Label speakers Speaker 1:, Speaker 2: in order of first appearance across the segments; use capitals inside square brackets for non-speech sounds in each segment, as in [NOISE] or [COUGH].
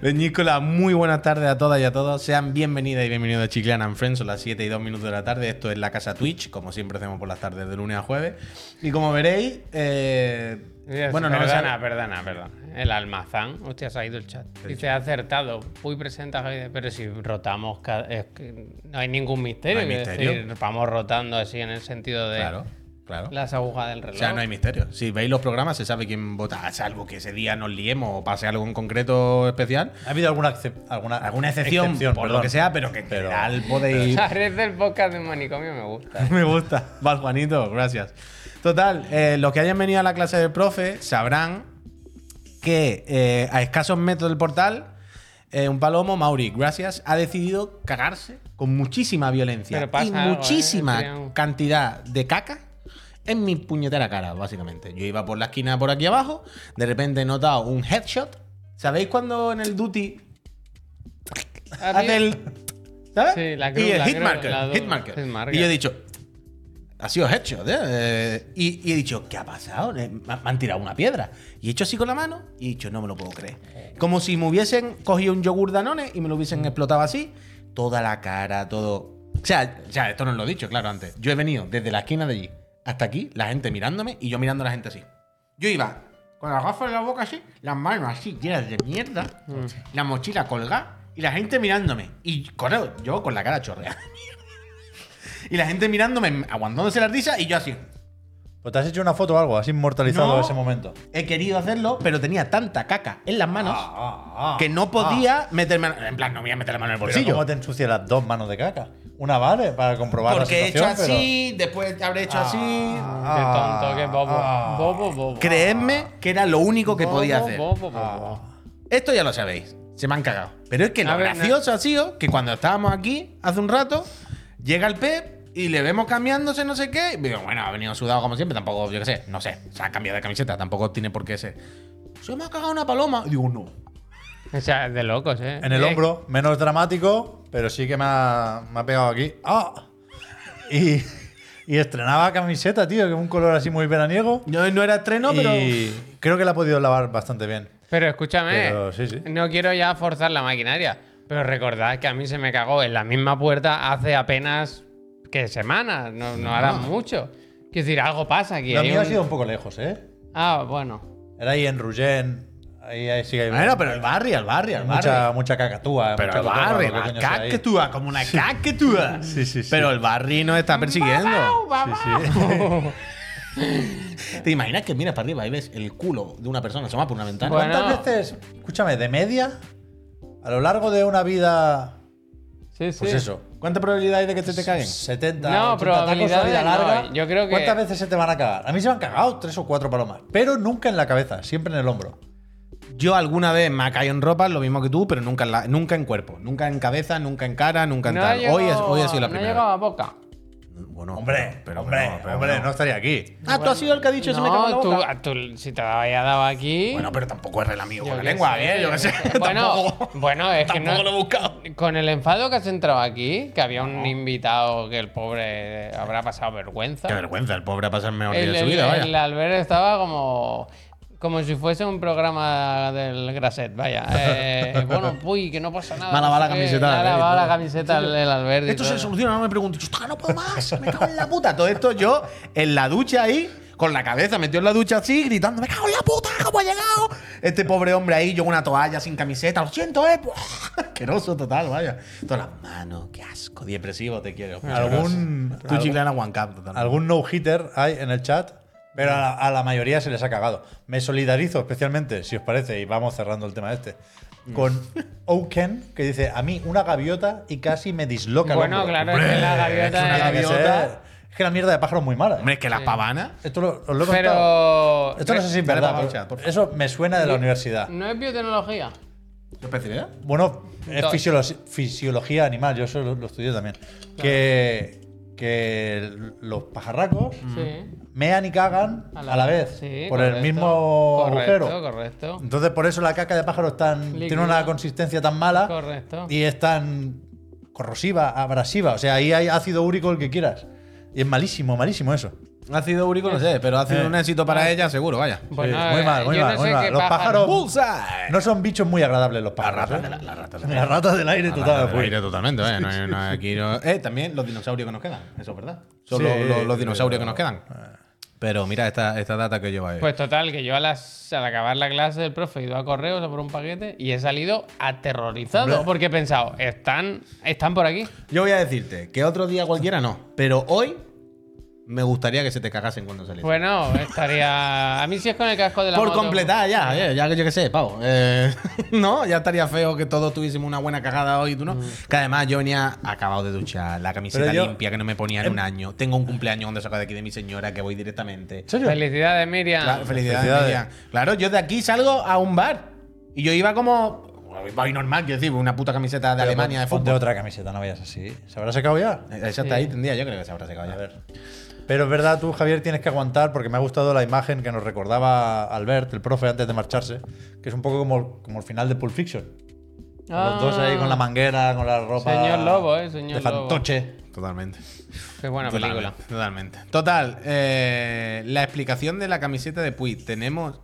Speaker 1: Doñícola, Eh, muy buenas tardes a todas y a todos. Sean bienvenidas y bienvenidos a Chiclana and Friends. Son las 7 y 2 minutos de la tarde. Esto es la casa Twitch, como siempre hacemos por las tardes de lunes a jueves. Y como veréis, eh,
Speaker 2: bueno,
Speaker 1: bueno, no lo
Speaker 2: perdona,
Speaker 1: sabe-
Speaker 2: perdona, perdona. El almazán. Hostia, se ha ido el chat. Dice, acertado. Puy presenta a Javier. Pero si rotamos, ca- es que no hay ningún misterio.
Speaker 1: No hay
Speaker 2: quiero
Speaker 1: misterio.
Speaker 2: decir, vamos rotando así en el sentido de
Speaker 1: Claro, claro.
Speaker 2: las agujas del reloj.
Speaker 1: O
Speaker 2: [LAUGHS]
Speaker 1: sea, no hay misterio. Si veis los programas, se sabe quién vota, salvo que ese día nos liemos o pase algo en concreto especial.
Speaker 3: Ha habido alguna, excep- alguna,
Speaker 1: Alguna excepción, por lo
Speaker 3: perdón.
Speaker 1: que sea, pero que en
Speaker 3: Pero-
Speaker 1: general podéis.
Speaker 2: Parece el podcast de manicomio, me
Speaker 1: [LAUGHS]
Speaker 2: gusta.
Speaker 1: Me gusta. Vas, Juanito, gracias. Total, eh, los que hayan venido a la clase del profe sabrán que eh, a escasos metros del portal, eh, un palomo, Mauri, gracias, ha decidido cagarse con muchísima violencia
Speaker 2: Pero pasa
Speaker 1: y
Speaker 2: algo, ¿eh?
Speaker 1: muchísima
Speaker 2: El triángulo.
Speaker 1: cantidad de caca en mi puñetera cara, básicamente. Yo iba por la esquina por aquí abajo, de repente he notado un headshot. ¿Sabéis cuando en el duty hace el. ¿Sabes?
Speaker 2: Sí, la cruz,
Speaker 1: y el
Speaker 2: la cruz,
Speaker 1: hitmarker,
Speaker 2: la duda,
Speaker 1: hitmarker.
Speaker 2: hitmarker.
Speaker 1: Y yo he dicho, ha sido hecho. ¿eh? y, y he dicho, ¿qué ha pasado? Eh, Me me han tirado una piedra. Y he hecho así con la mano y he dicho, no me lo puedo creer. Como si me hubiesen cogido un yogur danone y me lo hubiesen explotado así. Toda la cara, todo. O sea, ya, esto no lo he dicho, claro, antes. Yo he venido desde la esquina de allí hasta aquí, la gente mirándome y yo mirando a la gente así. Yo iba con las gafas en la boca así, las manos así llenas de mierda, la mochila colgada y la gente mirándome. Y correo, yo con la cara chorreada. [LAUGHS] Y la gente mirándome, aguantándose la risa y yo así.
Speaker 3: Pues te has hecho una foto o algo, has inmortalizado
Speaker 1: No.
Speaker 3: ese momento.
Speaker 1: He querido hacerlo, pero tenía tanta caca en las manos que no podía meterme. En plan, no voy a meter la mano en el
Speaker 3: Pero
Speaker 1: Ah. bolsillo.
Speaker 3: ¿Cómo te ensucias las dos manos de caca? Una vale para comprobar
Speaker 1: Porque he
Speaker 3: la
Speaker 1: hecho
Speaker 3: situación, pero-
Speaker 1: así, después habré hecho así.
Speaker 2: Qué tonto, qué bobo. bobo, bobo.
Speaker 1: Creedme Ah. que era lo único que
Speaker 2: Bobo,
Speaker 1: podía hacer. Ah.
Speaker 2: Bobo, bobo.
Speaker 1: Esto ya lo sabéis. Se me han cagado. Pero es que
Speaker 2: A
Speaker 1: lo
Speaker 2: ver, no-
Speaker 1: gracioso ha sido que cuando estábamos aquí hace un rato, llega el Pep y le vemos cambiándose no sé qué. Y digo, bueno, ha venido sudado como siempre, tampoco, yo qué sé, no sé. Se ha cambiado de camiseta, tampoco tiene por qué ser. Se me ha cagado una paloma. Y digo, no.
Speaker 2: O sea, de locos, ¿eh?
Speaker 3: En el
Speaker 2: Eh,
Speaker 3: hombro, menos dramático, pero sí que me ha, me ha pegado aquí. ¡Ah! Y, y estrenaba camiseta, tío, que un color así muy veraniego.
Speaker 1: No, no era estreno, pero.
Speaker 3: y creo que la ha podido lavar bastante bien.
Speaker 2: Pero escúchame,
Speaker 3: Pero sí, sí.
Speaker 2: no quiero ya forzar la maquinaria, pero recordad que a mí se me cagó en la misma puerta hace apenas que semanas, no, no hará mucho. Quiero decir, algo pasa aquí.
Speaker 3: Lo
Speaker 2: hay
Speaker 3: mío ha
Speaker 2: un-
Speaker 3: sido un poco lejos, ¿eh?
Speaker 2: Ah, bueno.
Speaker 3: Era ahí en Rugén. Ahí, ahí sí que hay
Speaker 1: Bueno, Ah, pero el barrio, el barrio, el barrio.
Speaker 3: mucha, mucha cacatúa.
Speaker 1: Pero
Speaker 3: mucha
Speaker 1: el
Speaker 3: cotorra,
Speaker 1: barrio,
Speaker 3: lo que
Speaker 1: la
Speaker 3: coño sea ahí.
Speaker 1: cacatúa, como una cacatúa.
Speaker 3: Sí, sí, sí.
Speaker 1: Pero el barrio nos está persiguiendo.
Speaker 3: Sí, sí.
Speaker 1: ¿Te imaginas que miras para arriba y ves el culo de una persona asomada por una ventana?
Speaker 2: Bueno.
Speaker 3: ¿Cuántas veces, escúchame, de media, a lo largo de una vida,
Speaker 2: Sí, sí.
Speaker 3: pues eso,
Speaker 1: ¿Cuánta probabilidad hay de que te, te caguen?
Speaker 3: 70,
Speaker 2: No,
Speaker 3: 80 tacos, una vida
Speaker 2: probabilidades no
Speaker 3: larga,
Speaker 2: hay. Yo creo que-
Speaker 3: ¿cuántas veces se te van a cagar? A mí se me han cagado tres o cuatro palomas, pero nunca en la cabeza, siempre en el hombro.
Speaker 1: Yo alguna vez me ha caído en ropa, lo mismo que tú, pero nunca en, la- nunca en cuerpo. Nunca en cabeza, nunca en cara, nunca en
Speaker 2: No ha
Speaker 1: tal.
Speaker 2: llegado-
Speaker 1: hoy, es, hoy ha sido la
Speaker 2: no ha
Speaker 1: primera.
Speaker 2: llegado a boca.
Speaker 1: Bueno,
Speaker 3: Hombre,
Speaker 1: pero-
Speaker 3: hombre,
Speaker 1: pero- pero-
Speaker 3: hombre,
Speaker 1: no.
Speaker 3: no estaría aquí.
Speaker 1: Ah, tú has sido el que ha dicho se me cago en la
Speaker 2: no, tú,
Speaker 1: boca.
Speaker 2: tú- si te había dado aquí.
Speaker 1: Bueno, pero tampoco es relamigo
Speaker 2: yo
Speaker 1: con la
Speaker 2: qué
Speaker 1: lengua,
Speaker 2: sé,
Speaker 1: bien, yo qué sé. [LAUGHS]
Speaker 2: [LAUGHS] Bueno,
Speaker 1: tampoco
Speaker 2: bueno, es que no.
Speaker 1: tampoco lo he buscado.
Speaker 2: Con el enfado que has entrado aquí, que había un invitado que el pobre eh, habrá pasado vergüenza.
Speaker 1: Qué vergüenza, el pobre ha pasado el mejor día
Speaker 2: El,
Speaker 1: de su
Speaker 2: el-
Speaker 1: vida,
Speaker 2: el
Speaker 1: vaya.
Speaker 2: Albert estaba como. Como si fuese un programa del Graset,
Speaker 3: [LAUGHS]
Speaker 2: vaya. Eh, bueno, uy, que no pasa nada.
Speaker 1: Mala
Speaker 2: no
Speaker 1: va
Speaker 2: sé
Speaker 1: la
Speaker 2: qué.
Speaker 1: camiseta,
Speaker 2: Mala
Speaker 1: eh,
Speaker 2: va la
Speaker 1: todo.
Speaker 2: camiseta el, el Albert. y
Speaker 1: Esto se
Speaker 2: todo.
Speaker 1: soluciona, no me pregunto. Yo "Hostia, no puedo más, me cago en la puta. Todo esto yo en la ducha ahí, con la cabeza metido en la ducha así, gritando, me cago en la puta, ¿cómo ha llegado? Este pobre hombre ahí, yo con una toalla sin camiseta, lo siento, eh. [LAUGHS] Buah, Asqueroso total, vaya. Todas las manos, qué asco, depresivo te quiero.
Speaker 3: Algún-
Speaker 1: Tu chiclana one cup, total.
Speaker 3: Algún no-hitter hay en el chat, pero a la, a la mayoría se les ha cagado. Me solidarizo especialmente, si os parece, y vamos cerrando el tema este,
Speaker 2: Mm.
Speaker 3: con Oken, que dice, a mí una gaviota y casi me disloca el
Speaker 2: Bueno,
Speaker 3: hombro".
Speaker 2: claro, es que la
Speaker 1: una
Speaker 2: gaviota. es-
Speaker 3: Tiene que
Speaker 1: gaviota.
Speaker 3: ser- Es que la mierda de pájaro es muy mala. ¿eh?
Speaker 1: Hombre, es que las pavanas.
Speaker 3: Esto lo, os lo he contado.
Speaker 2: Pero.
Speaker 3: Esto no sé si es
Speaker 1: Dale
Speaker 3: verdad.
Speaker 1: pa'
Speaker 3: pero
Speaker 1: chat, por favor.
Speaker 3: eso me suena de la universidad.
Speaker 2: ¿No es biotecnología?
Speaker 1: ¿Qué especialidad?
Speaker 3: Bueno, es
Speaker 2: Doy.
Speaker 3: fisiolo- fisiología animal, yo eso lo, lo estudié también. Que, que los pajarracos
Speaker 2: Sí.
Speaker 3: mean y cagan Mm. a la, vez.
Speaker 2: Mm. Sí,
Speaker 3: por el
Speaker 2: correcto.
Speaker 3: mismo
Speaker 2: correcto,
Speaker 3: agujero.
Speaker 2: Correcto,
Speaker 3: Entonces, por eso la caca de pájaro es tan- tiene
Speaker 2: Líquida.
Speaker 3: una consistencia tan mala
Speaker 2: correcto.
Speaker 3: y es tan corrosiva, abrasiva. O sea, ahí hay ácido úrico el que quieras. Y es malísimo, malísimo eso.
Speaker 1: Ácido úrico, no sé, pero ácido
Speaker 3: Eh.
Speaker 1: un éxito para ella, seguro, vaya.
Speaker 2: Bueno,
Speaker 3: muy
Speaker 2: eh,
Speaker 3: mal, muy
Speaker 2: yo
Speaker 3: mal,
Speaker 2: no
Speaker 3: muy
Speaker 2: sé
Speaker 3: mal.
Speaker 2: qué
Speaker 3: Los
Speaker 2: pájaro-
Speaker 3: pájaros-
Speaker 1: ¡Bullseye!
Speaker 3: No son bichos muy agradables los pájaros.
Speaker 1: ratas
Speaker 3: ¿eh?
Speaker 1: de la- las ratas de la-
Speaker 3: [LAUGHS] Las ratas del aire,
Speaker 1: La
Speaker 3: total.
Speaker 1: rata del
Speaker 3: pues.
Speaker 1: aire totalmente, vaya, no hay- no hay aquí no- [LAUGHS] Eh, también los dinosaurios que nos quedan, eso es verdad. Son
Speaker 3: Sí,
Speaker 1: los, los- los dinosaurios
Speaker 3: pero-
Speaker 1: que nos quedan. Pero mira esta, esta data que lleva ahí.
Speaker 2: Pues total, que yo a las, al acabar la clase el profe he ido a correos a por un paquete y he salido aterrorizado
Speaker 1: Hombre.
Speaker 2: porque he pensado, están, están por aquí.
Speaker 1: Yo voy a decirte que otro día cualquiera no, pero hoy me gustaría que se te cagasen cuando salís.
Speaker 2: Bueno, estaría... A mí sí es con el casco de Pues la
Speaker 1: Por
Speaker 2: moto.
Speaker 1: completar, ya, ya, ya que yo qué sé, pavo. Eh, [LAUGHS] no, ya estaría feo que todos tuviésemos una buena cagada hoy,
Speaker 2: Mm.
Speaker 1: tú no. Que además yo venía acabado de duchar, la camiseta
Speaker 3: yo-
Speaker 1: limpia que no me ponía en un año. Tengo un cumpleaños donde saco de aquí de mi señora que voy directamente.
Speaker 2: Felicidades, Miriam.
Speaker 1: Claro, felicidades,
Speaker 3: Felicidades.
Speaker 1: Miriam. Claro, yo de aquí salgo a un bar y yo iba como. Iba ahí normal, quiero decir, una puta camiseta de Alemania de
Speaker 3: Ponte
Speaker 1: fútbol. Eh,
Speaker 3: otra camiseta, no vayas así. ¿Se habrá sacado ya?
Speaker 1: Esa está ahí, tendría, yo creo que se habrá secado ya.
Speaker 3: A ver. Pero es verdad, tú, Javier, tienes que aguantar porque me ha gustado la imagen que nos recordaba Albert, el profe, antes de marcharse, que es un poco como, como el final de Pulp Fiction.
Speaker 2: Ah.
Speaker 3: Los dos ahí con la manguera, con la ropa.
Speaker 2: Señor Lobo, eh, señor
Speaker 3: de
Speaker 2: Lobo.
Speaker 3: fantoche.
Speaker 1: Totalmente.
Speaker 2: Qué buena película.
Speaker 1: Totalmente, totalmente. Total, eh, la explicación de la camiseta de Puig. Tenemos.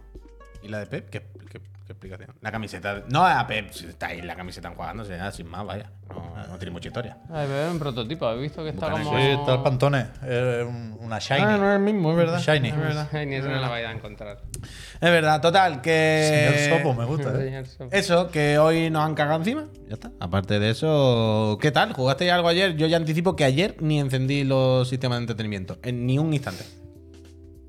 Speaker 1: ¿Y la de Pep? ¿Qué, qué- qué explicación? La camiseta. No, a Pep si está ahí la camiseta enjuagándose, ah, sin más, vaya. No, no tiene mucha historia.
Speaker 2: Ay, pero es un prototipo, he visto que está
Speaker 1: Botana,
Speaker 2: como...
Speaker 3: Sí, está el Pantone. Eh, un- una Shiny.
Speaker 1: es el mismo, es verdad.
Speaker 3: Shiny.
Speaker 2: Ay, [LAUGHS] Ni eso no la vais a encontrar.
Speaker 1: Es verdad, total, que.
Speaker 3: Señor Sopo,
Speaker 2: [LAUGHS]
Speaker 3: me gusta. eh.
Speaker 2: Señor Sopo.
Speaker 1: Eso, que hoy nos han cagado encima. Ya está. Aparte de eso, ¿qué tal? ¿Jugasteis algo ayer? Yo ya anticipo que ayer ni encendí los sistemas de entretenimiento. En ni un instante.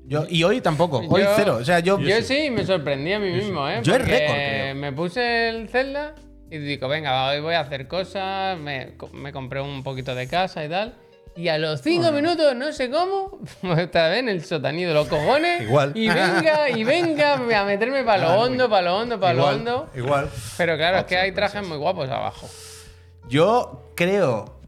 Speaker 1: Yo, y hoy tampoco. Hoy
Speaker 2: Yo-
Speaker 1: cero. O sea, yo.
Speaker 2: Yo sí, me sorprendí a mí mismo, ¿eh?
Speaker 1: Yo es
Speaker 2: Porque
Speaker 1: récord, creo.
Speaker 2: Me puse el Zelda y digo, venga, va, hoy voy a hacer cosas, me, co- me compré un poquito de casa y tal. Y a los cinco minutos, no sé cómo, [LAUGHS] otra vez en el sotanido de los cojones.
Speaker 3: Igual.
Speaker 2: Y venga, y venga a meterme para lo hondo, para lo hondo, para lo
Speaker 3: Igual,
Speaker 2: hondo.
Speaker 3: Igual.
Speaker 2: Pero claro, es que hay trajes muy guapos abajo.
Speaker 1: Yo creo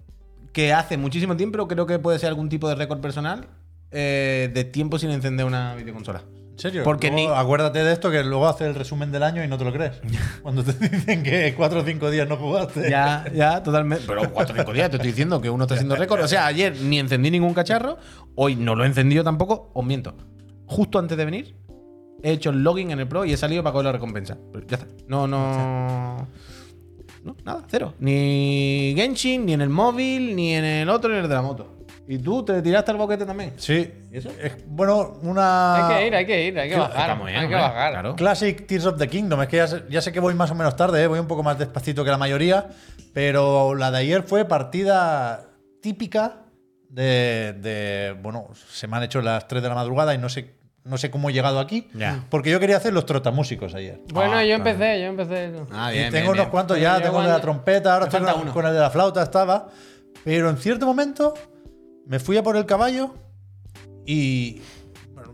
Speaker 1: que hace muchísimo tiempo, creo que puede ser algún tipo de récord personal eh, de tiempo sin encender una videoconsola.
Speaker 3: ¿En serio?
Speaker 1: Porque
Speaker 3: Luego,
Speaker 1: ni-
Speaker 3: Acuérdate de esto que luego haces el resumen del año y no te
Speaker 1: [LAUGHS]
Speaker 3: lo crees. Cuando te dicen que cuatro o cinco días no jugaste.
Speaker 1: Ya, ya, totalmente. Pero cuatro o cinco días te estoy diciendo que uno está haciendo récord. O sea, ayer ni encendí ningún cacharro, hoy no lo he encendido tampoco, os miento. Justo antes de venir, he hecho el login en el Pro y he salido para coger la recompensa. Pero ya está. No, no. No, nada, cero. Ni Genshin, ni en el móvil, ni en el otro, ni en el de la moto. Y tú te tiraste al boquete también.
Speaker 3: Sí.
Speaker 1: ¿Y eso?
Speaker 3: Es- bueno, una.
Speaker 2: Hay que ir, hay que ir, hay que
Speaker 1: Sí,
Speaker 2: bajar.
Speaker 1: está muy bien,
Speaker 2: Hay que
Speaker 1: hombre,
Speaker 2: bajar.
Speaker 1: claro.
Speaker 3: Classic Tears of the Kingdom. Es que ya sé, ya sé que voy más o menos tarde, ¿eh? voy un poco más despacito que la mayoría. Pero la de ayer fue partida típica de. de, bueno, se me han hecho las 3 de la madrugada y no sé, no sé cómo he llegado aquí.
Speaker 1: Ya.
Speaker 3: Porque yo quería hacer los trotamúsicos ayer.
Speaker 2: Bueno,
Speaker 1: Ah,
Speaker 2: yo empecé, yo empecé eso.
Speaker 1: Ah,
Speaker 3: y
Speaker 1: bien,
Speaker 3: tengo
Speaker 1: bien,
Speaker 3: unos
Speaker 1: bien.
Speaker 3: cuantos
Speaker 2: Pero
Speaker 3: ya,
Speaker 2: yo
Speaker 3: tengo el de la
Speaker 2: cuando-
Speaker 3: trompeta, ahora
Speaker 1: Me
Speaker 3: estoy
Speaker 1: falta
Speaker 3: con,
Speaker 1: uno.
Speaker 3: con el de la flauta, estaba. Pero en cierto momento me fui a por el caballo y.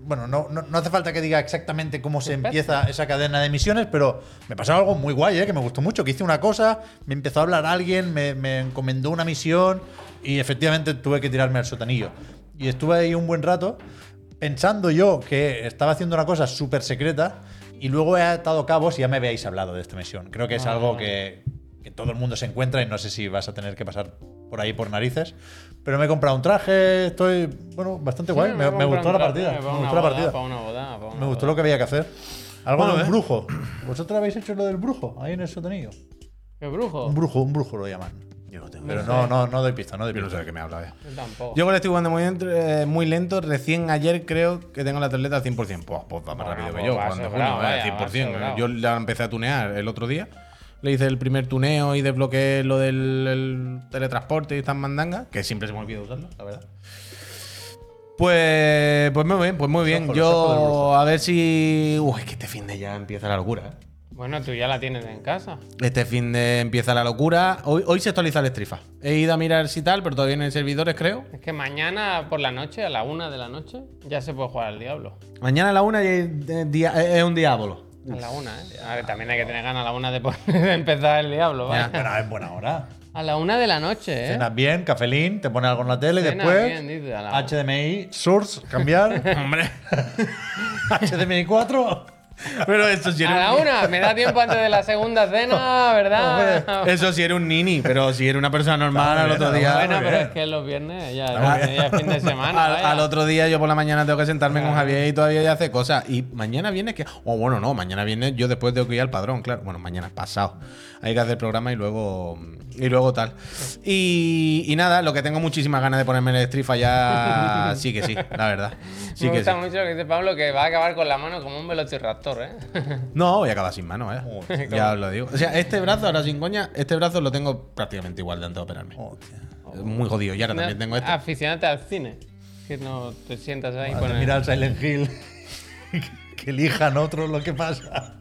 Speaker 3: Bueno, no, no, no hace falta que diga exactamente cómo se
Speaker 1: [LAUGHS]
Speaker 3: empieza esa cadena de misiones, pero me pasó algo muy guay, ¿eh? que me gustó mucho, que hice una cosa, me empezó a hablar alguien, me, me encomendó una misión y efectivamente tuve que tirarme al sotanillo. Y estuve ahí un buen rato pensando yo que estaba haciendo una cosa súper secreta y luego he atado cabos y ya me habéis hablado de esta misión. Creo que es algo que, que todo el mundo se encuentra y no sé si vas a tener que pasar por ahí por narices. Pero me he comprado un traje, estoy, bueno, bastante guay.
Speaker 2: Sí,
Speaker 3: Me, me
Speaker 2: compré
Speaker 3: gustó
Speaker 2: un
Speaker 3: la
Speaker 2: traje
Speaker 3: partida.
Speaker 2: para
Speaker 3: Me
Speaker 2: una
Speaker 3: gustó la
Speaker 2: boda,
Speaker 3: partida.
Speaker 2: para una boda, para una
Speaker 3: Me gustó
Speaker 2: boda.
Speaker 3: lo que había que hacer. Algo
Speaker 1: Bueno,
Speaker 3: de un
Speaker 1: ¿eh?
Speaker 3: brujo. ¿Vosotros habéis hecho lo del brujo? Ahí en el sotanillo.
Speaker 2: ¿Qué brujo?
Speaker 3: Un brujo, un brujo lo llaman.
Speaker 1: Yo no, tengo-
Speaker 3: Pero no, no, no doy pista, no doy
Speaker 1: yo no sé
Speaker 3: pista.
Speaker 1: de qué me habla ya.
Speaker 2: Yo tampoco.
Speaker 1: Yo que le estoy jugando muy, dentro- eh, muy lento. Recién ayer creo que tengo la tableta al 100%. Pues, pues va más
Speaker 2: Bueno,
Speaker 1: rápido
Speaker 2: pues
Speaker 1: que yo.
Speaker 2: va
Speaker 1: Juan de
Speaker 2: sobrado,
Speaker 1: Junio, eh,
Speaker 2: vaya, va
Speaker 1: 100%.
Speaker 2: sobrado.
Speaker 1: Yo la empecé a tunear el otro día. Le hice el primer tuneo y desbloqueé lo del el teletransporte y estas mandangas, que siempre se me olvida usarlo, la verdad. Pues, pues muy bien, pues muy bien.
Speaker 3: ojos, los ojos del
Speaker 1: Yo
Speaker 3: brujo.
Speaker 1: a ver si. Uy, es que este fin de ya empieza la locura. ¿eh?
Speaker 2: Bueno, tú ya la tienes en casa.
Speaker 1: Este fin de empieza la locura. Hoy, hoy se actualiza el estrifa. He ido a mirar si tal, pero todavía no hay servidores, creo.
Speaker 2: Es que mañana por la noche, a la una de la noche, ya se puede jugar al diablo.
Speaker 1: Mañana a la una y- eh, dia- eh, es un [LAUGHS] diablo.
Speaker 2: A la una, ¿eh? A ver, también hay que tener ganas a la una de, poner- [LAUGHS] de empezar el diablo, ¿vale?
Speaker 3: Bueno, es buena hora.
Speaker 2: A la una de la noche, ¿eh?
Speaker 3: Cenas bien, cafelín, te pones algo en la tele y
Speaker 2: Cena
Speaker 3: después.
Speaker 2: bien, dice, a la-
Speaker 3: [LAUGHS] HDMI, source, cambiar.
Speaker 1: Hombre.
Speaker 3: HDMI 4.
Speaker 1: Pero eso sí
Speaker 2: A
Speaker 1: era
Speaker 2: la
Speaker 1: un-
Speaker 2: una, me da tiempo antes de la
Speaker 1: [LAUGHS]
Speaker 2: segunda cena, ¿verdad?
Speaker 1: Eso sí era un nini, pero si era una persona normal
Speaker 3: Está
Speaker 1: al
Speaker 3: muy
Speaker 1: otro
Speaker 3: bien, está
Speaker 1: día.
Speaker 2: Bueno,
Speaker 3: muy
Speaker 2: pero
Speaker 3: bien.
Speaker 2: es que los viernes ya,
Speaker 1: muy
Speaker 2: ya es fin
Speaker 1: [LAUGHS]
Speaker 2: de semana.
Speaker 1: Al,
Speaker 2: vaya.
Speaker 1: al otro día yo por la mañana tengo que sentarme con Javier y todavía ya hace cosas. Y mañana viene que... O bueno, no, mañana viene yo después tengo que ir al padrón, claro. Bueno, mañana es pasado. Hay que hacer programa y luego y luego tal. Y, y nada, lo que tengo muchísimas ganas de ponerme en el Street
Speaker 2: [LAUGHS]
Speaker 1: ya sí que sí, la verdad. Sí
Speaker 2: me
Speaker 1: que sí.
Speaker 2: gusta mucho lo que dice Pablo, que va a acabar con la mano como un velociraptor, ¿eh?
Speaker 1: No, voy a acabar sin mano, ¿eh?
Speaker 3: Joder.
Speaker 1: ya os lo digo. O sea, este brazo, ahora sin coña, este brazo lo tengo prácticamente igual de antes de operarme.
Speaker 3: Hostia.
Speaker 1: Es Muy jodido. Y ahora
Speaker 2: [LAUGHS]
Speaker 1: también tengo este.
Speaker 2: Aficionate al cine. Que no te sientas ahí
Speaker 3: Ah,
Speaker 2: con el-
Speaker 3: Mira al Silent Hill. [LAUGHS] que elijan otros lo que pasa.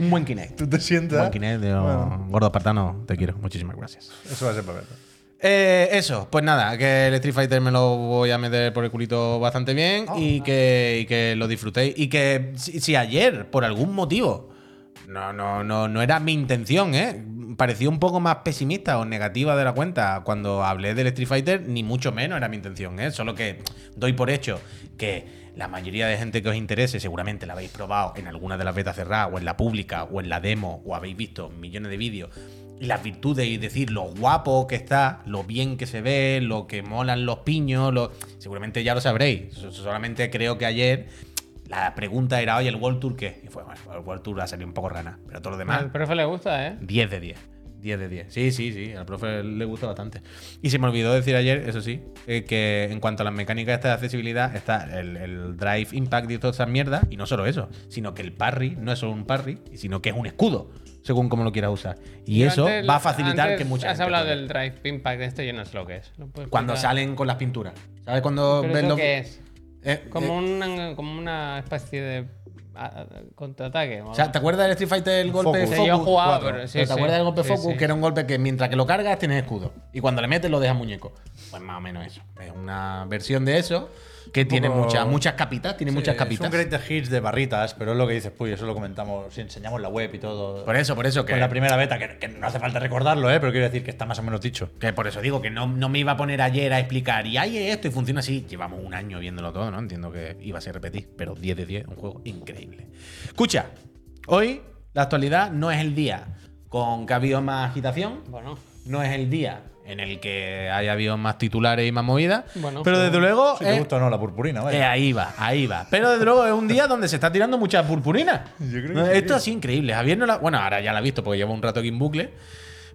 Speaker 1: Un buen Kinect.
Speaker 3: Tú te
Speaker 1: Un buen
Speaker 3: sientas.
Speaker 1: Kinect. yo- Gordo espartano, te quiero. Muchísimas gracias.
Speaker 3: Eso va a ser para verlo.
Speaker 1: Eh, eso, pues nada, que el Street Fighter me lo voy a meter por el culito bastante bien y, que, y que lo disfrutéis. Y que si, si ayer, por algún motivo, no, no, no, no era mi intención, ¿eh? Parecía un poco más pesimista o negativa de la cuenta cuando hablé del Street Fighter, ni mucho menos era mi intención, ¿eh? Solo que doy por hecho que la mayoría de gente que os interese seguramente la habéis probado en alguna de las betas cerradas, o en la pública, o en la demo, o habéis visto millones de vídeos y las virtudes y decir lo guapo que está, lo bien que se ve, lo que molan los piños, lo... seguramente ya lo sabréis. So- Solamente creo que ayer la pregunta era, oye, el World Tour qué? Y fue, bueno, el World Tour ha salido un poco rana, pero todo lo demás,
Speaker 2: Al profe le gusta, ¿eh?
Speaker 1: 10 de 10. 10 de 10. Sí, sí, sí, al profe le gusta bastante. Y se me olvidó decir ayer, eso sí, eh, que en cuanto a las mecánicas estas de accesibilidad, está el, el Drive Impact y todas esas mierdas, y no solo eso, sino que el parry no es solo un parry, sino que es un escudo, según como lo quieras usar. Y
Speaker 2: Yo
Speaker 1: eso
Speaker 2: antes-
Speaker 1: va a facilitar
Speaker 2: antes
Speaker 1: que muchas
Speaker 2: Has hablado del Drive Impact, esto este, yo no sé lo que es. ¿Lo puedes
Speaker 1: Cuando
Speaker 2: explicar?
Speaker 1: salen con las pinturas. ¿Sabes cuando
Speaker 2: ¿Pero
Speaker 1: ves
Speaker 2: eso
Speaker 1: los-
Speaker 2: qué es?
Speaker 1: Eh, eh,
Speaker 2: Como una, como una especie de ah, ah, contraataque. o
Speaker 1: o sea,
Speaker 2: algo.
Speaker 1: ¿te acuerdas del Street Fighter el golpe
Speaker 3: Focus.
Speaker 2: Sí,
Speaker 1: Focus?
Speaker 2: yo jugaba,
Speaker 3: cuatro.
Speaker 2: pero sí,
Speaker 1: Pero ¿Te
Speaker 2: sí.
Speaker 1: acuerdas del golpe
Speaker 2: Sí,
Speaker 1: Focus?
Speaker 2: sí.
Speaker 1: Que era un golpe que mientras que lo cargas tienes escudo. Y cuando le metes lo dejas muñeco. Pues más o menos eso. Es una versión de eso que tiene
Speaker 3: poco-
Speaker 1: muchas, muchas capitas. Tiene muchas
Speaker 3: Sí,
Speaker 1: capitas.
Speaker 3: Es un great hits de barritas, pero es lo que dices, puy, eso lo comentamos, si enseñamos la web y todo.
Speaker 1: Por eso, por eso que.
Speaker 3: con Pues la primera beta, que, que no hace falta recordarlo, ¿eh? pero quiero decir que está más o menos dicho.
Speaker 1: que por eso digo que no, no me iba a poner ayer a explicar y hay esto y funciona así. Llevamos un año viéndolo todo, ¿no? Entiendo que iba a ser repetir, pero 10 de 10, un juego increíble. Escucha, hoy la actualidad no es el día con que ha habido más agitación,
Speaker 2: Bueno,
Speaker 1: no es el día en el que haya habido más titulares y más movidas,
Speaker 2: Bueno,
Speaker 1: pero desde luego
Speaker 3: Si
Speaker 1: es-
Speaker 3: te gusta o no la purpurina,
Speaker 1: eh,
Speaker 3: vaya.
Speaker 1: ahí va, ahí va. Pero desde luego es un día donde se está tirando mucha purpurina.
Speaker 3: Yo creo que
Speaker 1: No,
Speaker 3: sí.
Speaker 1: Esto así increíble. Javier no la. Bueno, ahora ya la ha visto porque lleva un rato aquí en bucle.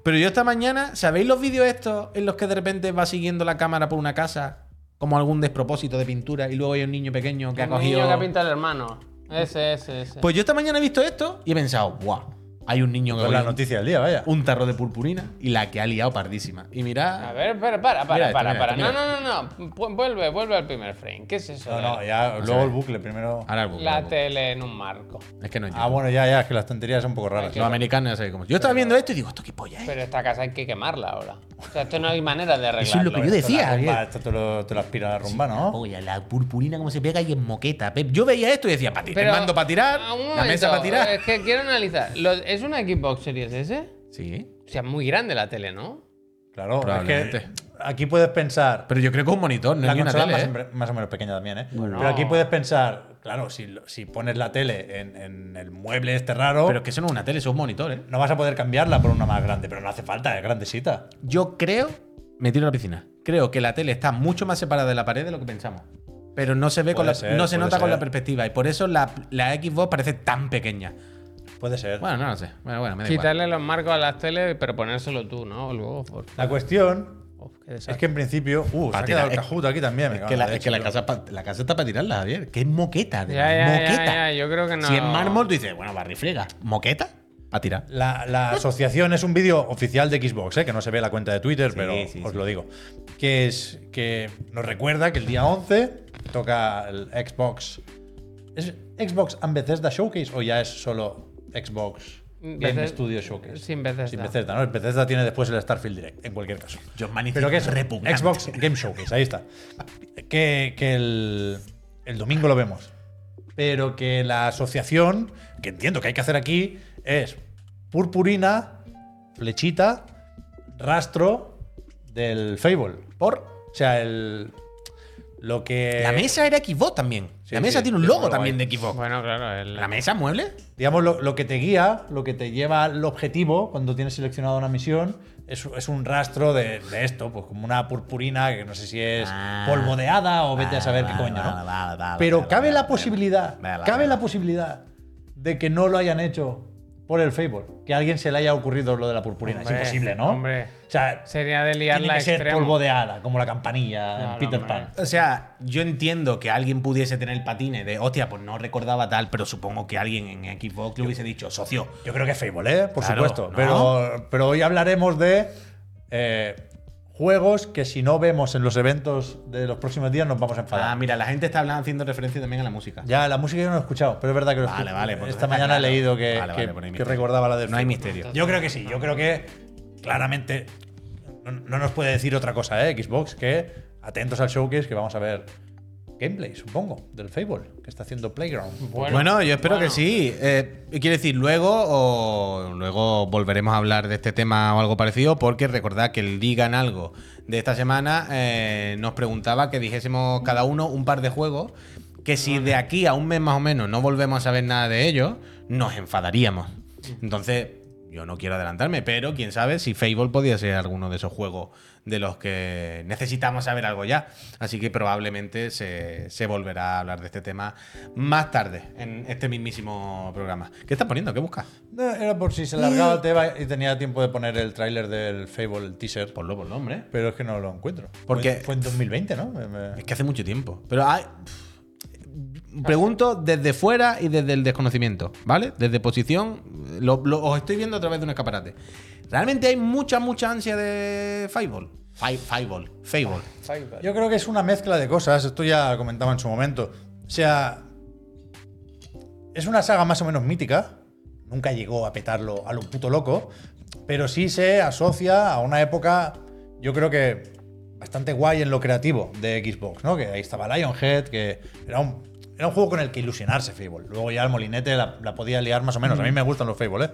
Speaker 1: Pero yo esta mañana, ¿sabéis los vídeos estos en los que de repente va siguiendo la cámara por una casa? Como algún despropósito de pintura y luego hay un niño pequeño que ha
Speaker 2: un niño
Speaker 1: cogido.
Speaker 2: que pinta el hermano. Ese, ese, ese.
Speaker 1: Pues yo esta mañana he visto esto y he pensado, ¡guau! Hay un niño que
Speaker 3: Esa es la
Speaker 1: cogió un-
Speaker 3: noticia del día, vaya.
Speaker 1: un tarro de purpurina y la que ha liado pardísima. Y mirad.
Speaker 2: A ver, pero para, para,
Speaker 1: Mira esto,
Speaker 2: para,
Speaker 1: mira este.
Speaker 2: para.
Speaker 1: esto,
Speaker 2: No, no, no, no. Pu- Vuelve, vuelve al primer frame. ¿Qué es eso?
Speaker 3: No,
Speaker 2: de
Speaker 3: no, ya,
Speaker 1: Ah,
Speaker 3: luego el bucle primero.
Speaker 1: Ahora el bucle, el
Speaker 2: La
Speaker 1: bucle.
Speaker 2: tele en un marco.
Speaker 1: Es que no es
Speaker 3: Ah, bueno, ya, ya, es que las tonterías son un poco raras.
Speaker 1: Los americanos ya sabéis cómo. es. Yo estaba viendo esto y digo, ¿esto qué polla es? eh".
Speaker 2: Pero esta casa hay que quemarla ahora. O sea, esto no hay manera de arreglarlo. ¿eh?
Speaker 1: Eso es lo que yo decía.
Speaker 3: Esto la rumba,
Speaker 1: Javier.
Speaker 3: esto te lo, te lo aspira la rumba, ¿no?
Speaker 1: Oye, la purpurina como se pega y en moqueta. Pep. Yo veía esto y decía, para
Speaker 2: Pero-
Speaker 1: mando para tirar,
Speaker 2: Ah, un
Speaker 1: la mesa
Speaker 2: momento,
Speaker 1: para tirar.
Speaker 2: Es que quiero analizar. Lo- ¿Es una Xbox Series S?
Speaker 1: Sí.
Speaker 2: O sea, muy grande la tele, ¿no?
Speaker 3: Claro, es que
Speaker 1: Probablemente.
Speaker 3: aquí puedes pensar.
Speaker 1: Pero yo creo que es un monitor, no es
Speaker 3: la
Speaker 1: ni una
Speaker 3: consola
Speaker 1: tele.
Speaker 3: más,
Speaker 1: ¿eh?
Speaker 3: en- más o menos pequeña también, ¿eh?
Speaker 2: Bueno.
Speaker 3: Pero aquí puedes pensar, claro, si, lo- si pones la tele en, en el mueble este raro,
Speaker 1: Pero es que eso no es una tele, eso es un monitor, ¿eh?
Speaker 3: no vas a poder cambiarla por una más grande, pero no hace falta, es grandecita.
Speaker 1: Yo creo, me tiro a la piscina. Creo que la tele está mucho más separada de la pared de lo que pensamos. Pero no se ve con
Speaker 3: Puede
Speaker 1: la,
Speaker 3: ser,
Speaker 1: no se
Speaker 3: puede
Speaker 1: nota con
Speaker 3: ser.
Speaker 1: la perspectiva. Y por eso la, la Xbox parece tan pequeña.
Speaker 3: Puede ser.
Speaker 1: Bueno, no lo sé. Bueno, bueno, me da igual.
Speaker 2: Quitarle los marcos a las teles, pero ponérselo tú, ¿no? Luego, por...
Speaker 3: la cuestión
Speaker 2: oh, qué
Speaker 3: es
Speaker 2: desastre.
Speaker 3: que en principio. Uh, se
Speaker 1: Para
Speaker 3: ha quedado
Speaker 1: tirar-
Speaker 3: el cajuto aquí también. me
Speaker 1: Es
Speaker 3: cago
Speaker 1: que
Speaker 3: en
Speaker 1: la,
Speaker 3: la
Speaker 1: es que la
Speaker 3: leche,
Speaker 1: casa, pa- la casa está para tirarla, Javier. Que es moqueta. de
Speaker 2: Ya,
Speaker 1: verdad,
Speaker 2: ya, ya,
Speaker 1: moqueta.
Speaker 2: ya, yo creo que no.
Speaker 1: Si es mármol, tú dices, bueno, barri friega. ¿Moqueta? Para tirar.
Speaker 3: La, la asociación es un vídeo oficial de Xbox, ¿eh? que no se ve en la cuenta de Twitter, pero
Speaker 1: sí,
Speaker 3: os
Speaker 1: sí.
Speaker 3: lo digo. Que, es, que nos recuerda que el día 11 toca el Xbox. ¿Es Xbox and Bethesda Showcase o ya es solo Xbox
Speaker 1: Mm,
Speaker 3: Game
Speaker 2: Bethes-
Speaker 3: Studio Showcase?
Speaker 2: sin Bethesda.
Speaker 3: Sin Bethesda, ¿no? El Bethesda tiene después el Starfield Direct, en cualquier caso.
Speaker 1: John Manning
Speaker 3: Pero que es
Speaker 1: repugnante.
Speaker 3: Xbox Game Showcase, ahí está. Que, que el, el domingo lo vemos. Pero que la asociación, que entiendo que hay que hacer aquí, es purpurina, flechita, rastro del Fable. Por. O sea, el. Lo que.
Speaker 1: Eh, La mesa era Xbox también.
Speaker 3: Sí,
Speaker 1: la mesa
Speaker 3: sí,
Speaker 1: tiene un
Speaker 3: es
Speaker 1: logo
Speaker 3: muy
Speaker 1: también
Speaker 3: guay.
Speaker 1: de Xbox.
Speaker 2: Bueno, claro, el-
Speaker 1: ¿La mesa mueble?
Speaker 3: Digamos, lo, lo que te guía, lo que te lleva al objetivo cuando tienes seleccionado una misión, es, es un rastro de, de esto, pues como una purpurina que no sé si es
Speaker 1: Ah.
Speaker 3: polvodeada o vete a saber qué
Speaker 1: Vale,
Speaker 3: coño, ¿no?
Speaker 1: vale, vale, vale,
Speaker 3: Pero
Speaker 1: vale,
Speaker 3: cabe
Speaker 1: vale,
Speaker 3: la
Speaker 1: vale.
Speaker 3: posibilidad,
Speaker 1: Vale,
Speaker 3: cabe
Speaker 1: vale.
Speaker 3: la posibilidad de que no lo hayan hecho por el favor, que a alguien se le haya ocurrido lo de la purpurina.
Speaker 2: Hombre,
Speaker 3: es imposible, ¿no?
Speaker 2: hombre.
Speaker 3: O sea,
Speaker 2: Sería de
Speaker 3: tiene
Speaker 2: liarla
Speaker 3: que ser
Speaker 2: extremo.
Speaker 3: polvodeada, como la campanilla
Speaker 2: Claro,
Speaker 3: en Peter
Speaker 2: hombre.
Speaker 3: Pan.
Speaker 1: O sea, yo entiendo que alguien pudiese tener patines de, hostia, pues no recordaba tal, pero supongo que alguien en Xbox le hubiese dicho, socio.
Speaker 3: Yo creo que es Fable, ¿eh? Por
Speaker 1: Claro,
Speaker 3: supuesto.
Speaker 1: ¿no?
Speaker 3: Pero, pero hoy hablaremos de eh, juegos que si no vemos en los eventos de los próximos días nos vamos a enfadar.
Speaker 1: Ah, mira, la gente está hablando, haciendo referencia también a la música.
Speaker 3: ya, la música yo no la he escuchado, pero es verdad que lo
Speaker 1: Vale,
Speaker 3: escu-
Speaker 1: vale, pues
Speaker 3: esta
Speaker 1: está
Speaker 3: mañana
Speaker 1: claro.
Speaker 3: he leído que,
Speaker 1: Vale, vale, pues
Speaker 3: que-
Speaker 1: no hay
Speaker 3: que
Speaker 1: misterio.
Speaker 3: recordaba la del
Speaker 1: No hay
Speaker 3: Fable.
Speaker 1: misterio.
Speaker 3: Yo creo que sí, yo creo que claramente no, no nos puede decir otra cosa, ¿eh? Xbox, que atentos al showcase que vamos a ver gameplay, supongo, del Fable, que está haciendo Playground.
Speaker 2: Bueno,
Speaker 1: Bueno, yo espero
Speaker 2: bueno.
Speaker 1: que sí. Eh, quiero decir, luego o luego volveremos a hablar de este tema o algo parecido, porque recordad que el Digan Algo de esta semana eh, nos preguntaba que dijésemos cada uno un par de juegos que si de aquí a un mes más o menos no volvemos a saber nada de ellos, nos enfadaríamos. Entonces, yo no quiero adelantarme, pero quién sabe si Fable podía ser alguno de esos juegos de los que necesitamos saber algo ya. Así que probablemente se, se volverá a hablar de este tema más tarde en este mismísimo programa. ¿Qué estás poniendo? ¿Qué buscas?
Speaker 3: No, Eh, era por si se largaba el tema y tenía tiempo de poner el tráiler del Fable, el teaser.
Speaker 1: Ponlo, ponlo, hombre.
Speaker 3: Pero es que no lo encuentro.
Speaker 1: Porque-
Speaker 3: Fue, fue en 2020, ¿no? Me- me-
Speaker 1: Es que hace mucho tiempo. Pero hay. pff, Pregunto desde fuera y desde el desconocimiento, ¿vale? Desde posición, lo- lo- os estoy viendo a través de un escaparate. Realmente hay mucha, mucha ansia de Fireball. Fi- Fireball, Fable.
Speaker 2: Fireball.
Speaker 3: Yo creo que es una mezcla de cosas. Esto ya comentaba en su momento. O sea, es una saga más o menos mítica. Nunca llegó a petarlo a lo puto loco. Pero sí se asocia a una época, yo creo que bastante guay en lo creativo de Xbox, ¿no? Que ahí estaba Lionhead, que era un, era un juego con el que ilusionarse Fable. Luego ya el molinete la, la podía liar más o menos. A mí me gustan los Fable, ¿eh?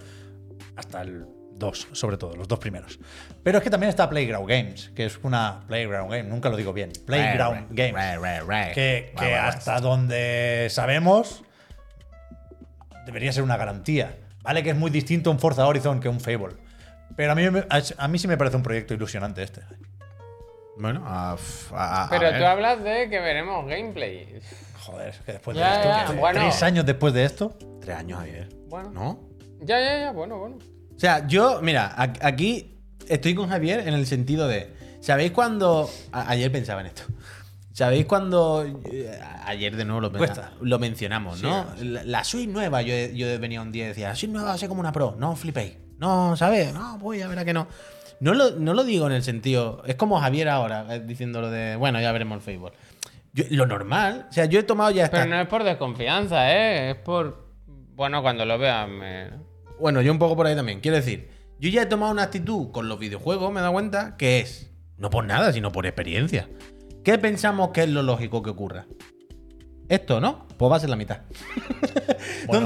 Speaker 3: hasta el 2, sobre todo, los dos primeros. Pero es que también está Playground Games, que es una Playground Game, nunca lo digo bien. Playground
Speaker 1: Re, re,
Speaker 3: Games.
Speaker 1: re, re, re.
Speaker 3: Que,
Speaker 1: Guau,
Speaker 3: que
Speaker 1: guau, guau.
Speaker 3: hasta donde sabemos debería ser una garantía. Vale que es muy distinto un Forza Horizon que un Fable. Pero a mí, me- a, a mí sí me parece un proyecto ilusionante este.
Speaker 1: Bueno, a, f- a- a- a
Speaker 2: Pero
Speaker 1: ver.
Speaker 2: tú hablas de que veremos gameplay.
Speaker 3: Joder, es que después
Speaker 2: Ya,
Speaker 3: de esto,
Speaker 2: ya,
Speaker 3: que-
Speaker 2: bueno.
Speaker 3: tres años después de esto,
Speaker 1: Tres años, Javier.
Speaker 2: Bueno.
Speaker 1: ¿No?
Speaker 2: Ya, ya, ya, bueno, bueno.
Speaker 1: O sea, yo, mira, a- aquí estoy con Javier en el sentido de. ¿Sabéis cuando.? a- ayer pensaba en esto. ¿Sabéis cuando.? eh, ayer de nuevo lo, men-
Speaker 3: Cuesta.
Speaker 1: lo mencionamos, ¿no? La, la Switch nueva, yo, yo venía un día y decía, la Switch nueva va a ser como una Pro. No flipéis. No, ¿sabes? No, voy, ya verá que no. No lo, no lo digo en el sentido. Es como Javier ahora, eh, diciendo lo de. Bueno, ya veremos el Facebook. Yo- lo normal. O sea, yo he tomado ya esta.
Speaker 2: Pero no es por desconfianza, ¿eh? Es por. Bueno, cuando lo veas, me.
Speaker 1: Bueno, yo un poco por ahí también. Quiero decir, yo ya he tomado una actitud con los videojuegos, me he dado cuenta, que es, no por nada, sino por experiencia. ¿Qué pensamos que es lo lógico que ocurra? Esto, ¿no? Pues va a ser la mitad.
Speaker 3: Bueno.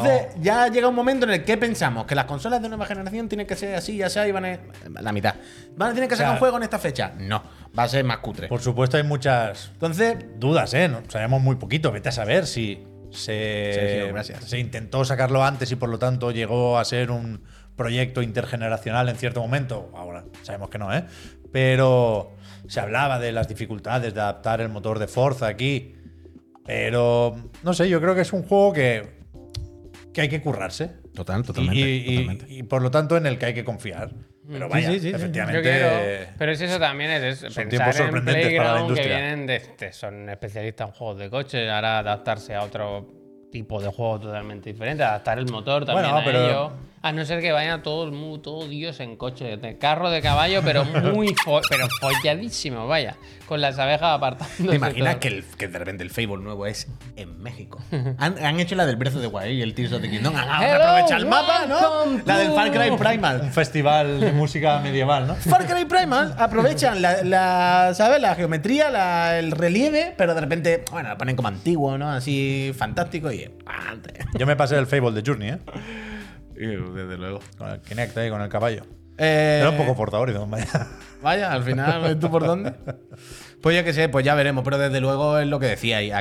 Speaker 1: Entonces, ya llega un momento en el que pensamos que las consolas de nueva generación tienen que ser así, ya sea, y van a. La mitad. ¿Van a tener que
Speaker 3: O sea,
Speaker 1: sacar un juego en esta fecha? No. Va a ser más cutre.
Speaker 3: por supuesto hay muchas
Speaker 1: Entonces,
Speaker 3: dudas, ¿eh? No- sabemos muy poquito. Vete a saber si se,
Speaker 1: Sergio, gracias.
Speaker 3: se intentó sacarlo antes y por lo tanto llegó a ser un proyecto intergeneracional en cierto momento. Ahora sabemos que no, ¿eh? Pero se hablaba de las dificultades de adaptar el motor de Forza aquí. Pero no sé, yo creo que es un juego que, que hay que currarse.
Speaker 1: total,
Speaker 3: Y-
Speaker 1: totalmente.
Speaker 3: y, y-
Speaker 1: totalmente.
Speaker 3: y por lo tanto en el que hay que confiar. Pero
Speaker 1: Sí,
Speaker 3: vaya,
Speaker 1: sí, sí, sí.
Speaker 2: Yo
Speaker 3: efectivamente.
Speaker 2: quiero. Pero es eso también, es, es
Speaker 3: son
Speaker 2: pensar
Speaker 3: tiempos
Speaker 2: en
Speaker 3: sorprendentes para la
Speaker 2: Playground, que
Speaker 3: industria.
Speaker 2: vienen de, de- son especialistas en juegos de coche, ahora adaptarse a otro tipo de juego totalmente diferente, adaptar el motor también
Speaker 3: Bueno,
Speaker 2: a
Speaker 3: pero-
Speaker 2: ello. A no ser que vaya todo el mundo, todo Dios en coche, de carro de caballo, pero
Speaker 3: [LAUGHS]
Speaker 2: muy fo- pero folladísimo, vaya. Con las abejas apartando.
Speaker 1: ¿Te imaginas que, el- que de repente el Fable nuevo es en México? Han, han hecho la del Breath of the Wild y el Tears of the Kingdom. Han han
Speaker 2: Hello,
Speaker 1: aprovechado el mapa, ¿no?
Speaker 2: welcome
Speaker 1: La del Far Cry
Speaker 2: to-
Speaker 3: Un
Speaker 1: Primal.
Speaker 3: festival de música medieval, ¿no?
Speaker 1: Far Cry Primal aprovechan la, la, ¿sabes? la geometría, la- el relieve, pero de repente, bueno, lo ponen como antiguo, ¿no? Así fantástico y. ah, te-
Speaker 3: Yo me pasé el Fable de Journey, ¿eh?
Speaker 1: Desde luego.
Speaker 3: Con el Kinect ahí, con el caballo.
Speaker 1: Eh,
Speaker 3: Era un poco portador y demás.
Speaker 1: Vaya, al final, ¿ves tú por dónde? [LAUGHS] Pues ya que sé, pues ya veremos. Pero desde luego es lo que decíais.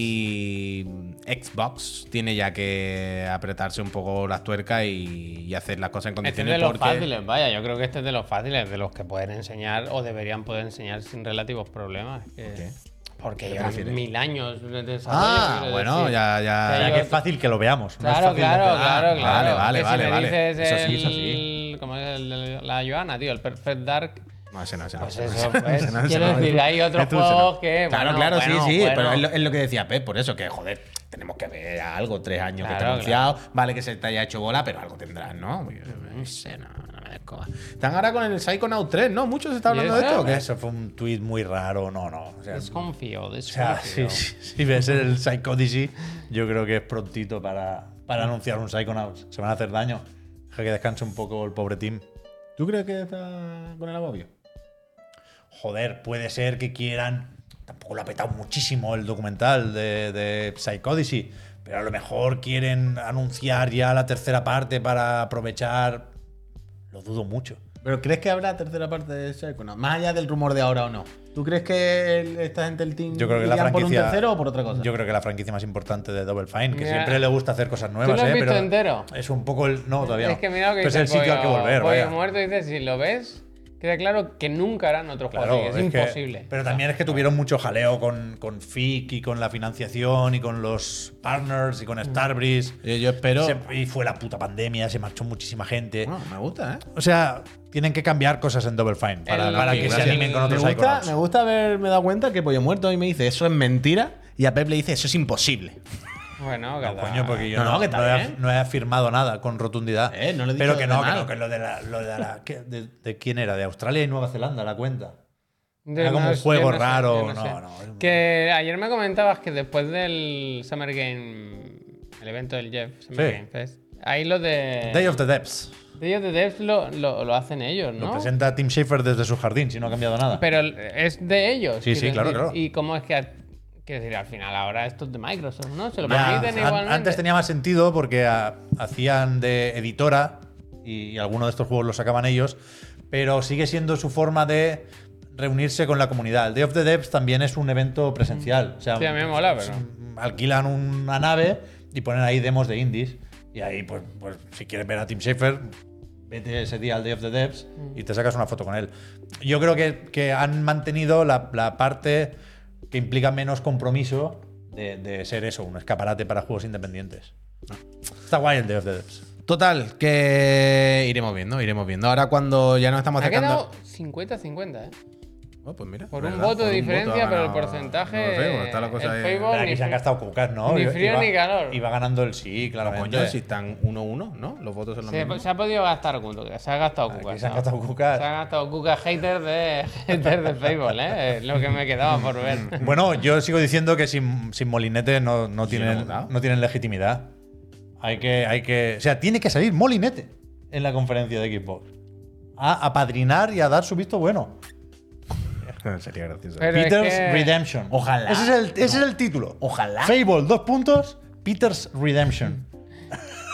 Speaker 1: Aquí Xbox tiene ya que apretarse un poco las tuercas y, y hacer las cosas en
Speaker 2: Este es
Speaker 1: condiciones.
Speaker 2: de los
Speaker 1: porque-
Speaker 2: fáciles, vaya, yo creo que este es de los fáciles, de los que pueden enseñar o deberían poder enseñar sin relativos problemas. que-
Speaker 1: qué?
Speaker 2: Porque
Speaker 1: ¿Qué
Speaker 2: llevan
Speaker 1: prefieres?
Speaker 2: mil años de desarrollo.
Speaker 1: Ah,
Speaker 2: quiero
Speaker 1: bueno,
Speaker 2: decir.
Speaker 1: ya, ya.
Speaker 2: Sí,
Speaker 3: Era
Speaker 2: yo-
Speaker 3: que es fácil que lo veamos. no es
Speaker 2: Claro,
Speaker 3: fácil de
Speaker 2: claro,
Speaker 3: hacer.
Speaker 2: claro,
Speaker 1: Ah,
Speaker 2: claro.
Speaker 1: vale,
Speaker 2: Que
Speaker 1: vale,
Speaker 2: si me
Speaker 1: vale, vale.
Speaker 2: dices
Speaker 1: Eso sí, eso sí.
Speaker 2: el- ¿Cómo es el de la Joana, tío? El Perfect Dark.
Speaker 1: No, ese no, ese no.
Speaker 2: Pues
Speaker 1: ese Ah, [LAUGHS] no, ese
Speaker 2: eso,
Speaker 1: no,
Speaker 2: pues,
Speaker 1: ese no, ese
Speaker 2: quiero
Speaker 1: no,
Speaker 2: decir,
Speaker 1: ese no. Este
Speaker 2: hay otros
Speaker 1: Ese no, ese
Speaker 2: juegos
Speaker 1: no.
Speaker 2: que,
Speaker 1: Claro,
Speaker 2: bueno,
Speaker 1: claro,
Speaker 2: bueno,
Speaker 1: sí, sí.
Speaker 2: bueno.
Speaker 1: Pero es lo, es lo que decía Pep, por eso que, joder, tenemos que ver algo. Tres años que te
Speaker 2: Claro,
Speaker 1: anunciado. Vale que se te haya hecho bola, pero algo tendrás, ¿no? Pues Yo No sé, no, no me descoba. Están ahora con el Psychonaut 3, ¿no? Mucho se está hablando de
Speaker 2: ¿Y eso?
Speaker 1: esto. ¿o qué?
Speaker 3: Eso fue un tweet muy raro, no, no. O sea,
Speaker 2: Desconfío,
Speaker 3: O sea,
Speaker 2: desconfío.
Speaker 3: si, si- si ves el Psycho Odyssey, yo creo que es prontito para, para anunciar un Psychonauts. Se van a hacer daño. Deja que descanse un poco el pobre team.
Speaker 1: ¿Tú crees que está con el agobio?
Speaker 3: Joder, puede ser que quieran. Tampoco lo ha petado muchísimo el documental de, de Psycho Odyssey, pero a lo mejor quieren anunciar ya la tercera parte para aprovechar. Lo dudo mucho.
Speaker 1: ¿Pero crees que habrá tercera parte de Psychonaut? Más allá del rumor de ahora o no. ¿Tú crees que el- esta gente, el team,
Speaker 3: Yo creo que la
Speaker 1: irían por un
Speaker 3: franquicia-
Speaker 1: tercero o por otra cosa?
Speaker 3: Yo creo que la franquicia más importante de Double Fine, que
Speaker 2: Mira.
Speaker 3: siempre le gusta hacer cosas
Speaker 2: ¿Tú
Speaker 3: nuevas,
Speaker 2: lo has
Speaker 3: ¿eh?
Speaker 2: visto
Speaker 3: pero
Speaker 2: entero?
Speaker 3: es un poco el. No, todavía.
Speaker 2: Es que mira lo que
Speaker 3: no.
Speaker 2: dice
Speaker 3: Pero es el sitio al que
Speaker 2: Pollo-
Speaker 3: volver,
Speaker 2: Pollo
Speaker 3: vaya.
Speaker 2: muerto dice, si lo ves, queda claro que nunca harán otro juego.
Speaker 3: Claro,
Speaker 2: así, es,
Speaker 3: es que-
Speaker 2: imposible.
Speaker 3: pero también es que tuvieron mucho jaleo con, con FIC y con la financiación y con los partners y
Speaker 2: Mm.
Speaker 3: con Starbreeze.
Speaker 1: Eh, yo espero.
Speaker 3: Se- y fue la puta pandemia, se marchó muchísima gente.
Speaker 1: Bueno, me gusta, ¿eh?
Speaker 3: O sea, tienen que cambiar cosas en Double Fine para,
Speaker 2: El-
Speaker 3: para que se
Speaker 2: Gracias.
Speaker 3: animen con
Speaker 1: me
Speaker 3: otros
Speaker 1: gusta,
Speaker 3: Psychonauts.
Speaker 1: me gusta haberme dado cuenta que Pollo Muerto hoy me dice eso es mentira y a Pep le dice eso es imposible.
Speaker 2: Bueno, cada-
Speaker 3: Coño, porque yo
Speaker 1: No,
Speaker 3: no,
Speaker 1: no, que está
Speaker 3: no he,
Speaker 1: bien.
Speaker 3: no he afirmado nada con rotundidad.
Speaker 1: Eh, no le he dicho
Speaker 3: pero que
Speaker 1: de
Speaker 3: no, que
Speaker 1: mal.
Speaker 3: no, que lo de la. lo de, la- ¿qué? de- de quién era? De Australia y Nueva Zelanda, la cuenta.
Speaker 2: Yo
Speaker 3: Era como
Speaker 2: no
Speaker 3: un
Speaker 2: sé,
Speaker 3: juego
Speaker 2: yo no sé,
Speaker 3: raro,
Speaker 2: yo
Speaker 3: no,
Speaker 2: sé.
Speaker 3: no.
Speaker 2: Que ayer me comentabas que después del Summer Game, el evento del Jeff, Summer
Speaker 3: Sí.
Speaker 2: Game Fest, ahí lo de.
Speaker 3: Day of the Depths.
Speaker 2: Day of the Devs lo, lo- lo hacen ellos,
Speaker 3: Lo
Speaker 2: ¿no?
Speaker 3: presenta Tim Schafer desde su jardín, si no ha cambiado nada.
Speaker 2: Pero es de ellos.
Speaker 3: Sí, sí,
Speaker 2: quiero
Speaker 3: claro,
Speaker 2: decir.
Speaker 3: claro.
Speaker 2: Y cómo es que. a- Quiero decir, al final ahora esto es de Microsoft, ¿no? Se lo
Speaker 3: Ya,
Speaker 2: permiten
Speaker 3: an-
Speaker 2: igualmente.
Speaker 3: Antes tenía más sentido porque ah, hacían de editora y, y algunos de estos juegos los sacaban ellos, pero sigue siendo su forma de reunirse con la comunidad. El Day of the Devs también es un evento presencial. O sea,
Speaker 2: Sí, a mí me mola, pero-
Speaker 3: mm, alquilan una nave y ponen ahí demos de indies. Y ahí, pues, pues, si quieres ver a Tim Schafer, vete ese día al Day of the Devs
Speaker 2: Mm.
Speaker 3: y te sacas una foto con él. Yo creo que, que han mantenido la, la parte que implica menos compromiso de, de ser eso, un escaparate para juegos independientes. Está guay el Day of the Devs.
Speaker 2: Oh,
Speaker 1: Total, que iremos viendo, iremos viendo. Ahora cuando ya nos estamos
Speaker 2: Ha
Speaker 1: acercando.
Speaker 2: quedado 50-50, ¿eh?
Speaker 1: Oh, pues mira,
Speaker 2: Por un
Speaker 1: ¿verdad?
Speaker 2: voto de
Speaker 1: Por un voto
Speaker 2: diferencia,
Speaker 1: ha
Speaker 2: pero el
Speaker 1: ganado-
Speaker 2: porcentaje,
Speaker 1: no lo sé, bueno, está la cosa
Speaker 2: el
Speaker 1: ahí-
Speaker 2: Facebook-
Speaker 3: Pero aquí se han gastado cucas, ¿no?
Speaker 2: ni
Speaker 3: Iba-
Speaker 2: frío
Speaker 3: iba-
Speaker 2: ni calor.
Speaker 3: Iba ganando el sí,
Speaker 1: Pero,
Speaker 3: claramente.
Speaker 1: coño, si están 1-1, ¿no? Los votos son los
Speaker 2: Se,
Speaker 1: mismos.
Speaker 2: se ha podido gastar Cuca, se ha gastado Cuca.
Speaker 3: Aquí Ah, se han
Speaker 2: ¿no?
Speaker 3: gastado cucas.
Speaker 2: Se ha gastado Cuca hater de, [LAUGHS] hater de Facebook, ¿eh? Es lo que me quedaba por ver.
Speaker 3: [LAUGHS] Bueno, yo sigo diciendo que sin, sin Molinete no, no
Speaker 1: no
Speaker 3: tienen,
Speaker 1: hemos dado.
Speaker 3: no tienen legitimidad. Hay que, hay que. O sea, tiene que salir Molinete en la conferencia de Xbox. A apadrinar y a dar su visto bueno. [LAUGHS]
Speaker 1: Sería gracioso.
Speaker 2: pues, Pero es
Speaker 3: Peter's
Speaker 2: que-
Speaker 3: Redemption.
Speaker 1: Ojalá.
Speaker 3: Ese es el, ese es el título.
Speaker 1: Ojalá.
Speaker 3: Fable, dos puntos. Peter's Redemption.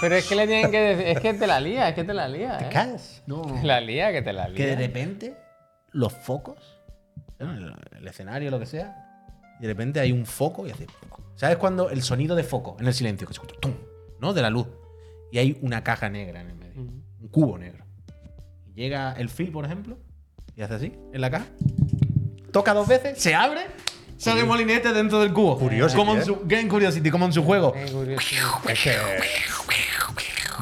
Speaker 2: Pero es que le tienen que decir, es que te la lía, es que te la lía, ¿eh?
Speaker 3: ¿Cas?
Speaker 2: Te la lía, que te la lía.
Speaker 1: Que de repente los focos, bueno, el, el escenario, lo que sea, y de repente hay un foco y hace. ¿Sabes cuando el sonido de foco en el silencio que se escucha? ¡Tum! ¿No? De la luz. Y hay una caja negra en el medio.
Speaker 2: Ujú.
Speaker 1: Un cubo negro. Y llega el Phil, por ejemplo, y hace así, en la caja. Toca dos veces, se abre, sale molinete dentro del cubo.
Speaker 3: Curiosity,
Speaker 1: Como en
Speaker 3: ¿eh?
Speaker 1: su, Game Curiosity, como en su juego.
Speaker 2: Qué curioso.
Speaker 3: Es que.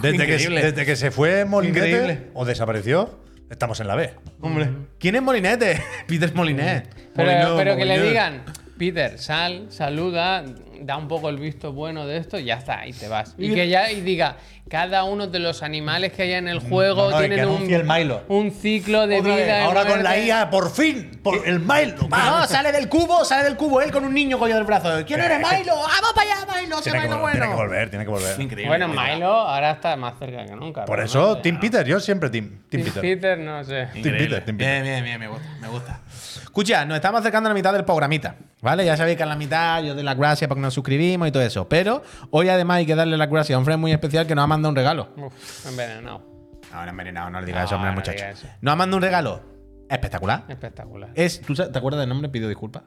Speaker 3: Desde que,
Speaker 1: Increíble.
Speaker 3: desde que se fue Molinete
Speaker 1: Increíble.
Speaker 3: o desapareció, estamos en la B.
Speaker 1: Hombre,
Speaker 2: mm.
Speaker 1: ¿quién es Molinete? [LAUGHS] Peter Molinet.
Speaker 2: Pero,
Speaker 1: Molineux,
Speaker 2: pero que le
Speaker 1: Molineux.
Speaker 2: digan, Peter, sal, saluda, da un poco el visto bueno de esto, y ya está, y te vas. Y que ya y diga, cada uno de los animales que hay en el juego
Speaker 3: Mm, No, no, y que
Speaker 2: tienen
Speaker 3: anuncie el
Speaker 2: un,
Speaker 3: Milo.
Speaker 2: un ciclo de
Speaker 1: Otra
Speaker 2: vida.
Speaker 1: vez, Eh,
Speaker 2: y
Speaker 3: Ahora con la
Speaker 2: muerte.
Speaker 3: IA, por fin, por el Milo.
Speaker 1: No,
Speaker 3: ¡Vamos!
Speaker 1: sale del cubo, sale del cubo él con un niño coño del brazo. ¿Quién eres, Milo? Ah, ¡Vamos para allá, Milo! ¡Se
Speaker 3: Tiene que,
Speaker 1: Milo
Speaker 3: vol- tiene que
Speaker 1: bueno!
Speaker 3: volver, tiene que volver.
Speaker 1: Increíble.
Speaker 2: Bueno, Milo ahora está más cerca que nunca.
Speaker 3: Por
Speaker 2: realmente,
Speaker 3: eso,
Speaker 2: ¿no?
Speaker 3: Team Peter, yo siempre Team, team Peter.
Speaker 2: no sé.
Speaker 1: Increíble.
Speaker 3: Peter, Team
Speaker 1: Bien, bien, bien, me gusta, me gusta. Escucha, nos estamos acercando a la mitad del programita, ¿vale? Ya sabéis que a la mitad yo doy las gracias porque nos suscribimos y todo eso. Pero hoy además hay que darle las gracias a un friend muy especial que nos ha mandado un regalo.
Speaker 2: Uf, envenenado.
Speaker 1: Ahora envenenado, no le digas eso,
Speaker 2: No,
Speaker 1: hombre, al
Speaker 2: no
Speaker 1: muchacho.
Speaker 2: digas eso.
Speaker 1: Nos ha mandado un regalo espectacular.
Speaker 2: Espectacular.
Speaker 1: Es, ¿tú sa- ¿Te acuerdas del nombre? Pido disculpas.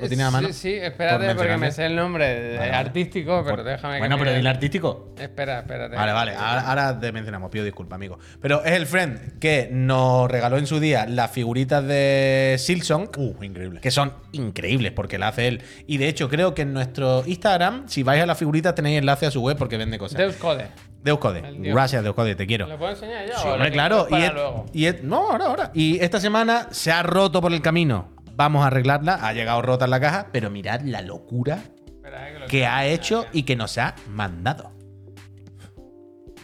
Speaker 1: ¿Lo tienes a mano?
Speaker 2: Sí, sí, espérate,
Speaker 1: Por
Speaker 2: porque
Speaker 1: mencionarme.
Speaker 2: me sé el nombre de-
Speaker 1: Vale, vale.
Speaker 2: artístico, pero
Speaker 1: Por-
Speaker 2: déjame que
Speaker 1: Bueno, pero
Speaker 2: mire.
Speaker 1: dile artístico.
Speaker 2: Espera, espérate.
Speaker 1: Vale, vale, Ah, ahora, ahora te mencionamos, pido disculpas, amigo. Pero es el friend que nos regaló en su día las figuritas de Silson,
Speaker 3: Uh, increíble.
Speaker 1: que son increíbles porque la hace él. Y de hecho, creo que en nuestro Instagram, si vais a las figuritas, tenéis enlace a su web porque vende cosas.
Speaker 2: Deus Code.
Speaker 1: Deuscode.
Speaker 2: El Dios.
Speaker 1: Gracias, Deuscode, te quiero.
Speaker 2: ¿Lo puedo enseñar yo?
Speaker 1: Sí,
Speaker 2: o lo
Speaker 1: hombre,
Speaker 2: quieres
Speaker 1: claro. Y,
Speaker 2: para
Speaker 1: et-
Speaker 2: luego?
Speaker 1: y et- no, ahora, ahora. Y esta semana se ha roto por el camino. Vamos a arreglarla. Ha llegado rota en la caja, pero mirad la locura
Speaker 2: Espera, eh, que lo
Speaker 1: que
Speaker 2: quiero
Speaker 1: ha
Speaker 2: enseñar,
Speaker 1: hecho
Speaker 2: que-
Speaker 1: y que nos ha mandado.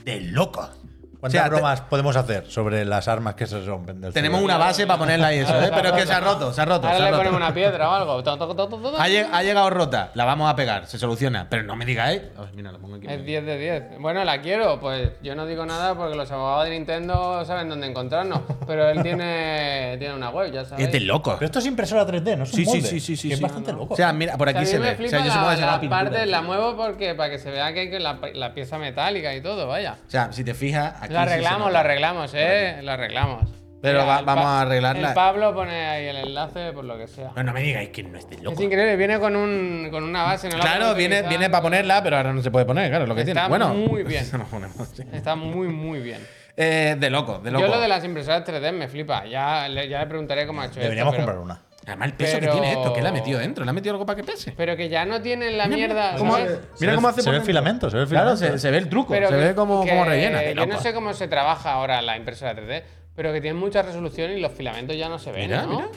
Speaker 1: De locos. O
Speaker 3: ¿Cuántas
Speaker 1: sea, te-
Speaker 3: bromas podemos hacer sobre las armas que se rompen del
Speaker 1: tenemos una
Speaker 3: cerebro?
Speaker 1: base para ponerla y eso,
Speaker 2: [LAUGHS]
Speaker 1: ¿eh? pero es que se ha roto, se ha roto. se ha
Speaker 2: Ahora le
Speaker 1: roto.
Speaker 2: ponemos una piedra o algo. To- to- to- to- to-
Speaker 1: Ha, lle- ha llegado rota, la vamos a pegar, se soluciona. Pero no me digáis. A ver, mira, lo pongo aquí.
Speaker 2: Es 10 de 10. Bueno, la quiero, pues yo no digo nada porque los abogados de Nintendo saben dónde encontrarnos. Pero él tiene, tiene una web, ya sabes.
Speaker 1: Es de locos.
Speaker 3: Pero esto es impresora 3D, ¿no? Es un
Speaker 1: Sí, sí,
Speaker 3: molde,
Speaker 1: sí, sí, sí.
Speaker 3: que es
Speaker 1: sí.
Speaker 3: bastante loco.
Speaker 1: O sea, mira, por aquí
Speaker 2: a mí
Speaker 1: se
Speaker 2: me
Speaker 1: ve. O
Speaker 2: flipa
Speaker 1: sea, yo supongo
Speaker 2: la,
Speaker 1: que será
Speaker 2: la
Speaker 1: pintura.
Speaker 2: parte, la muevo porque para que se vea que hay que la, la pieza metálica y todo, vaya.
Speaker 1: O sea, si te fijas, aquí
Speaker 2: Lo
Speaker 1: sí se nota.
Speaker 2: arreglamos, lo arreglamos, eh. Lo arreglamos.
Speaker 1: Pero va-
Speaker 2: el
Speaker 1: vamos
Speaker 2: Pa-
Speaker 1: a arreglarla.
Speaker 2: El Pablo pone ahí el enlace por lo que sea.
Speaker 1: No, no me digáis que no es de loco.
Speaker 2: Es increíble, viene con, un, con una base. No la
Speaker 1: Claro,
Speaker 2: puedes
Speaker 1: viene,
Speaker 2: utilizar.
Speaker 1: viene para ponerla, pero ahora no se puede poner, claro, lo que
Speaker 2: Está
Speaker 1: tiene. Bueno, [LAUGHS]
Speaker 2: muy bien.
Speaker 1: no ponemos, sí.
Speaker 2: Está muy, muy bien.
Speaker 1: Eh, de loco, de loco.
Speaker 2: Yo lo de las impresoras 3D me flipa. Ya le, ya le preguntaré cómo ha hecho
Speaker 3: Deberíamos
Speaker 2: esto, pero-
Speaker 3: comprar una.
Speaker 1: Además, el peso
Speaker 2: Pero-
Speaker 1: que tiene esto, que le ha metido dentro, le ha metido algo para que pese.
Speaker 2: Pero que ya no tienen la mierda.
Speaker 1: ¿Cómo-
Speaker 2: ¿sabes?
Speaker 1: mira
Speaker 3: se
Speaker 1: cómo
Speaker 3: ve-
Speaker 1: hace
Speaker 3: Se
Speaker 1: por
Speaker 3: ve el
Speaker 1: dentro.
Speaker 3: filamento, se ve el
Speaker 1: Claro,
Speaker 3: filamento.
Speaker 1: se, se ve el truco,
Speaker 2: Pero
Speaker 1: se
Speaker 2: que-
Speaker 1: ve como, como
Speaker 2: que
Speaker 1: rellena. de
Speaker 2: Yo no
Speaker 1: loco.
Speaker 2: sé cómo se trabaja ahora la impresora 3D, pero que tiene mucha resolución y los filamentos ya no se ven.
Speaker 1: Mira,
Speaker 2: ¿no?
Speaker 1: mira.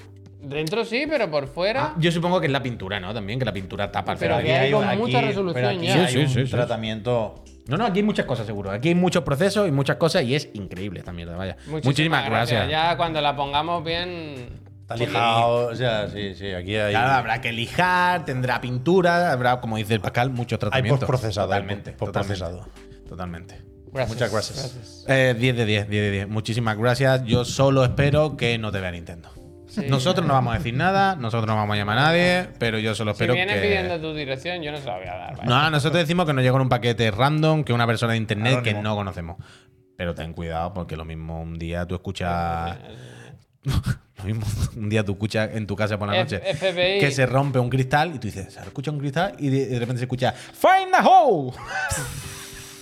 Speaker 2: Dentro sí, pero por fuera.
Speaker 1: Ah, yo supongo que es la pintura, ¿no? También, que la pintura tapa al
Speaker 2: Pero
Speaker 1: final.
Speaker 2: que hay con
Speaker 3: un-
Speaker 2: mucha resolución
Speaker 3: pero aquí
Speaker 2: ya.
Speaker 3: hay
Speaker 1: Sí, sí,
Speaker 3: un
Speaker 1: sí, sí, sí.
Speaker 3: tratamiento.
Speaker 1: No, no, aquí hay muchas cosas seguro. Aquí hay muchos procesos y muchas cosas y es increíble esta mierda, vaya. Muchísimas, gracias.
Speaker 2: Ya cuando la pongamos bien. pues,
Speaker 3: Está lijado. O sea, sí, sí, aquí hay.
Speaker 1: Claro, habrá que lijar, tendrá pintura, habrá, como dice el Pascal, muchos tratamientos.
Speaker 3: postprocesado, hay
Speaker 1: Totalmente.
Speaker 3: postprocesado.
Speaker 1: totalmente, Totalmente.
Speaker 2: Gracias,
Speaker 3: Muchas gracias.
Speaker 1: Eh, 10 de 10, 10 de 10. Muchísimas gracias. Yo solo espero que no te vea Nintendo.
Speaker 2: Sí.
Speaker 1: Nosotros no vamos a decir nada, nosotros no vamos a llamar a nadie, pero yo solo
Speaker 2: Si
Speaker 1: espero
Speaker 2: vienes
Speaker 1: que.
Speaker 2: pidiendo tu dirección, yo no se la voy a dar. vaya.
Speaker 1: No, nosotros decimos que nos llegó en un paquete random, que una persona de internet
Speaker 3: Anónimo.
Speaker 1: que no conocemos. Pero ten cuidado, porque lo mismo un día tú
Speaker 2: [LAUGHS]
Speaker 1: escuchas. lo mismo un día tú escuchas en tu casa por la
Speaker 2: F-
Speaker 1: noche
Speaker 2: FBI.
Speaker 1: que se rompe un cristal y tú dices, se escucha un cristal y de, de repente se escucha Find the hole.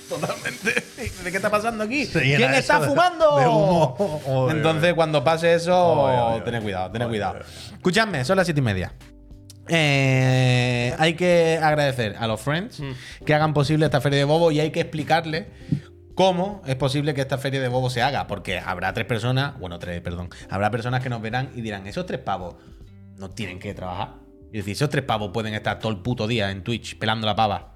Speaker 1: Totalmente. [LAUGHS] ¿De qué está pasando aquí?
Speaker 3: Se [LAUGHS] llena
Speaker 1: ¿Quién
Speaker 3: eso
Speaker 1: está
Speaker 3: de-
Speaker 1: fumando?
Speaker 3: de humo. [LAUGHS] Oye,
Speaker 1: Entonces,
Speaker 3: oye.
Speaker 1: cuando pase eso,
Speaker 3: Oye, oye,
Speaker 1: tened
Speaker 3: oye.
Speaker 1: cuidado, tened
Speaker 3: Oye,
Speaker 1: cuidado.
Speaker 3: oye,
Speaker 1: Escuchadme, son las siete y media. Eh, hay que agradecer a los friends que hagan posible esta feria de bobo y hay que explicarles cómo es posible que esta feria de bobo se haga. Porque habrá tres personas, bueno, tres, perdón, habrá personas que nos verán y dirán, esos tres pavos no tienen que trabajar. Y decir, esos tres pavos pueden estar todo el puto día en Twitch pelando la pava.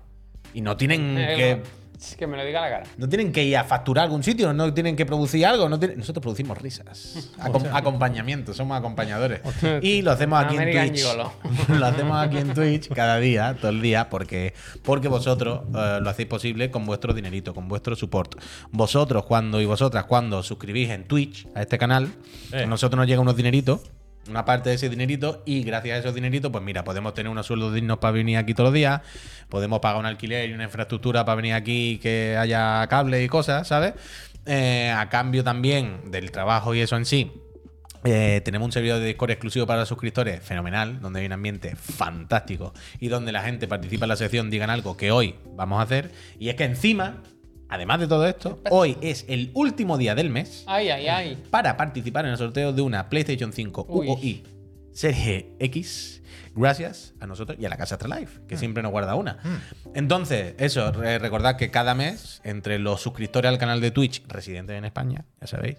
Speaker 1: Y no tienen
Speaker 2: Eh,
Speaker 1: Mm, que.
Speaker 2: Que me lo diga a la cara.
Speaker 1: No tienen que ir a facturar algún sitio, no tienen que producir algo. No tienen- Nosotros producimos
Speaker 2: [LAUGHS]
Speaker 1: risas. Acom- acompañamiento, somos acompañadores. Y lo hacemos aquí en
Speaker 2: American
Speaker 1: Twitch.
Speaker 2: Gigolo.
Speaker 1: [LAUGHS] lo hacemos aquí en Twitch cada día, todo el día, porque, porque vosotros eh, lo hacéis posible con vuestro dinerito, con vuestro support. Vosotros cuando y vosotras cuando suscribís en Twitch a este canal, a nosotros nos llega unos dineritos. Una parte de ese dinerito y gracias a esos dineritos, pues mira, podemos tener unos sueldos dignos para venir aquí todos los días, podemos pagar un alquiler y una infraestructura para venir aquí que haya cable y cosas, ¿sabes? Eh, a cambio también del trabajo y eso en sí, eh, tenemos un servidor de Discord exclusivo para los suscriptores, fenomenal, donde hay un ambiente fantástico y donde la gente participa en la sección, digan algo que hoy vamos a hacer. Y es que encima, además de todo esto, hoy es el último día del mes
Speaker 2: Ay, ay, ay.
Speaker 1: para participar en el sorteo de una PlayStation 5
Speaker 2: Uy.
Speaker 1: UOI Serie X. Gracias a nosotros y a la casa Astralife, que siempre nos guarda una. Entonces, eso, re- recordad que cada mes, entre los suscriptores al canal de Twitch residentes en España, ya sabéis,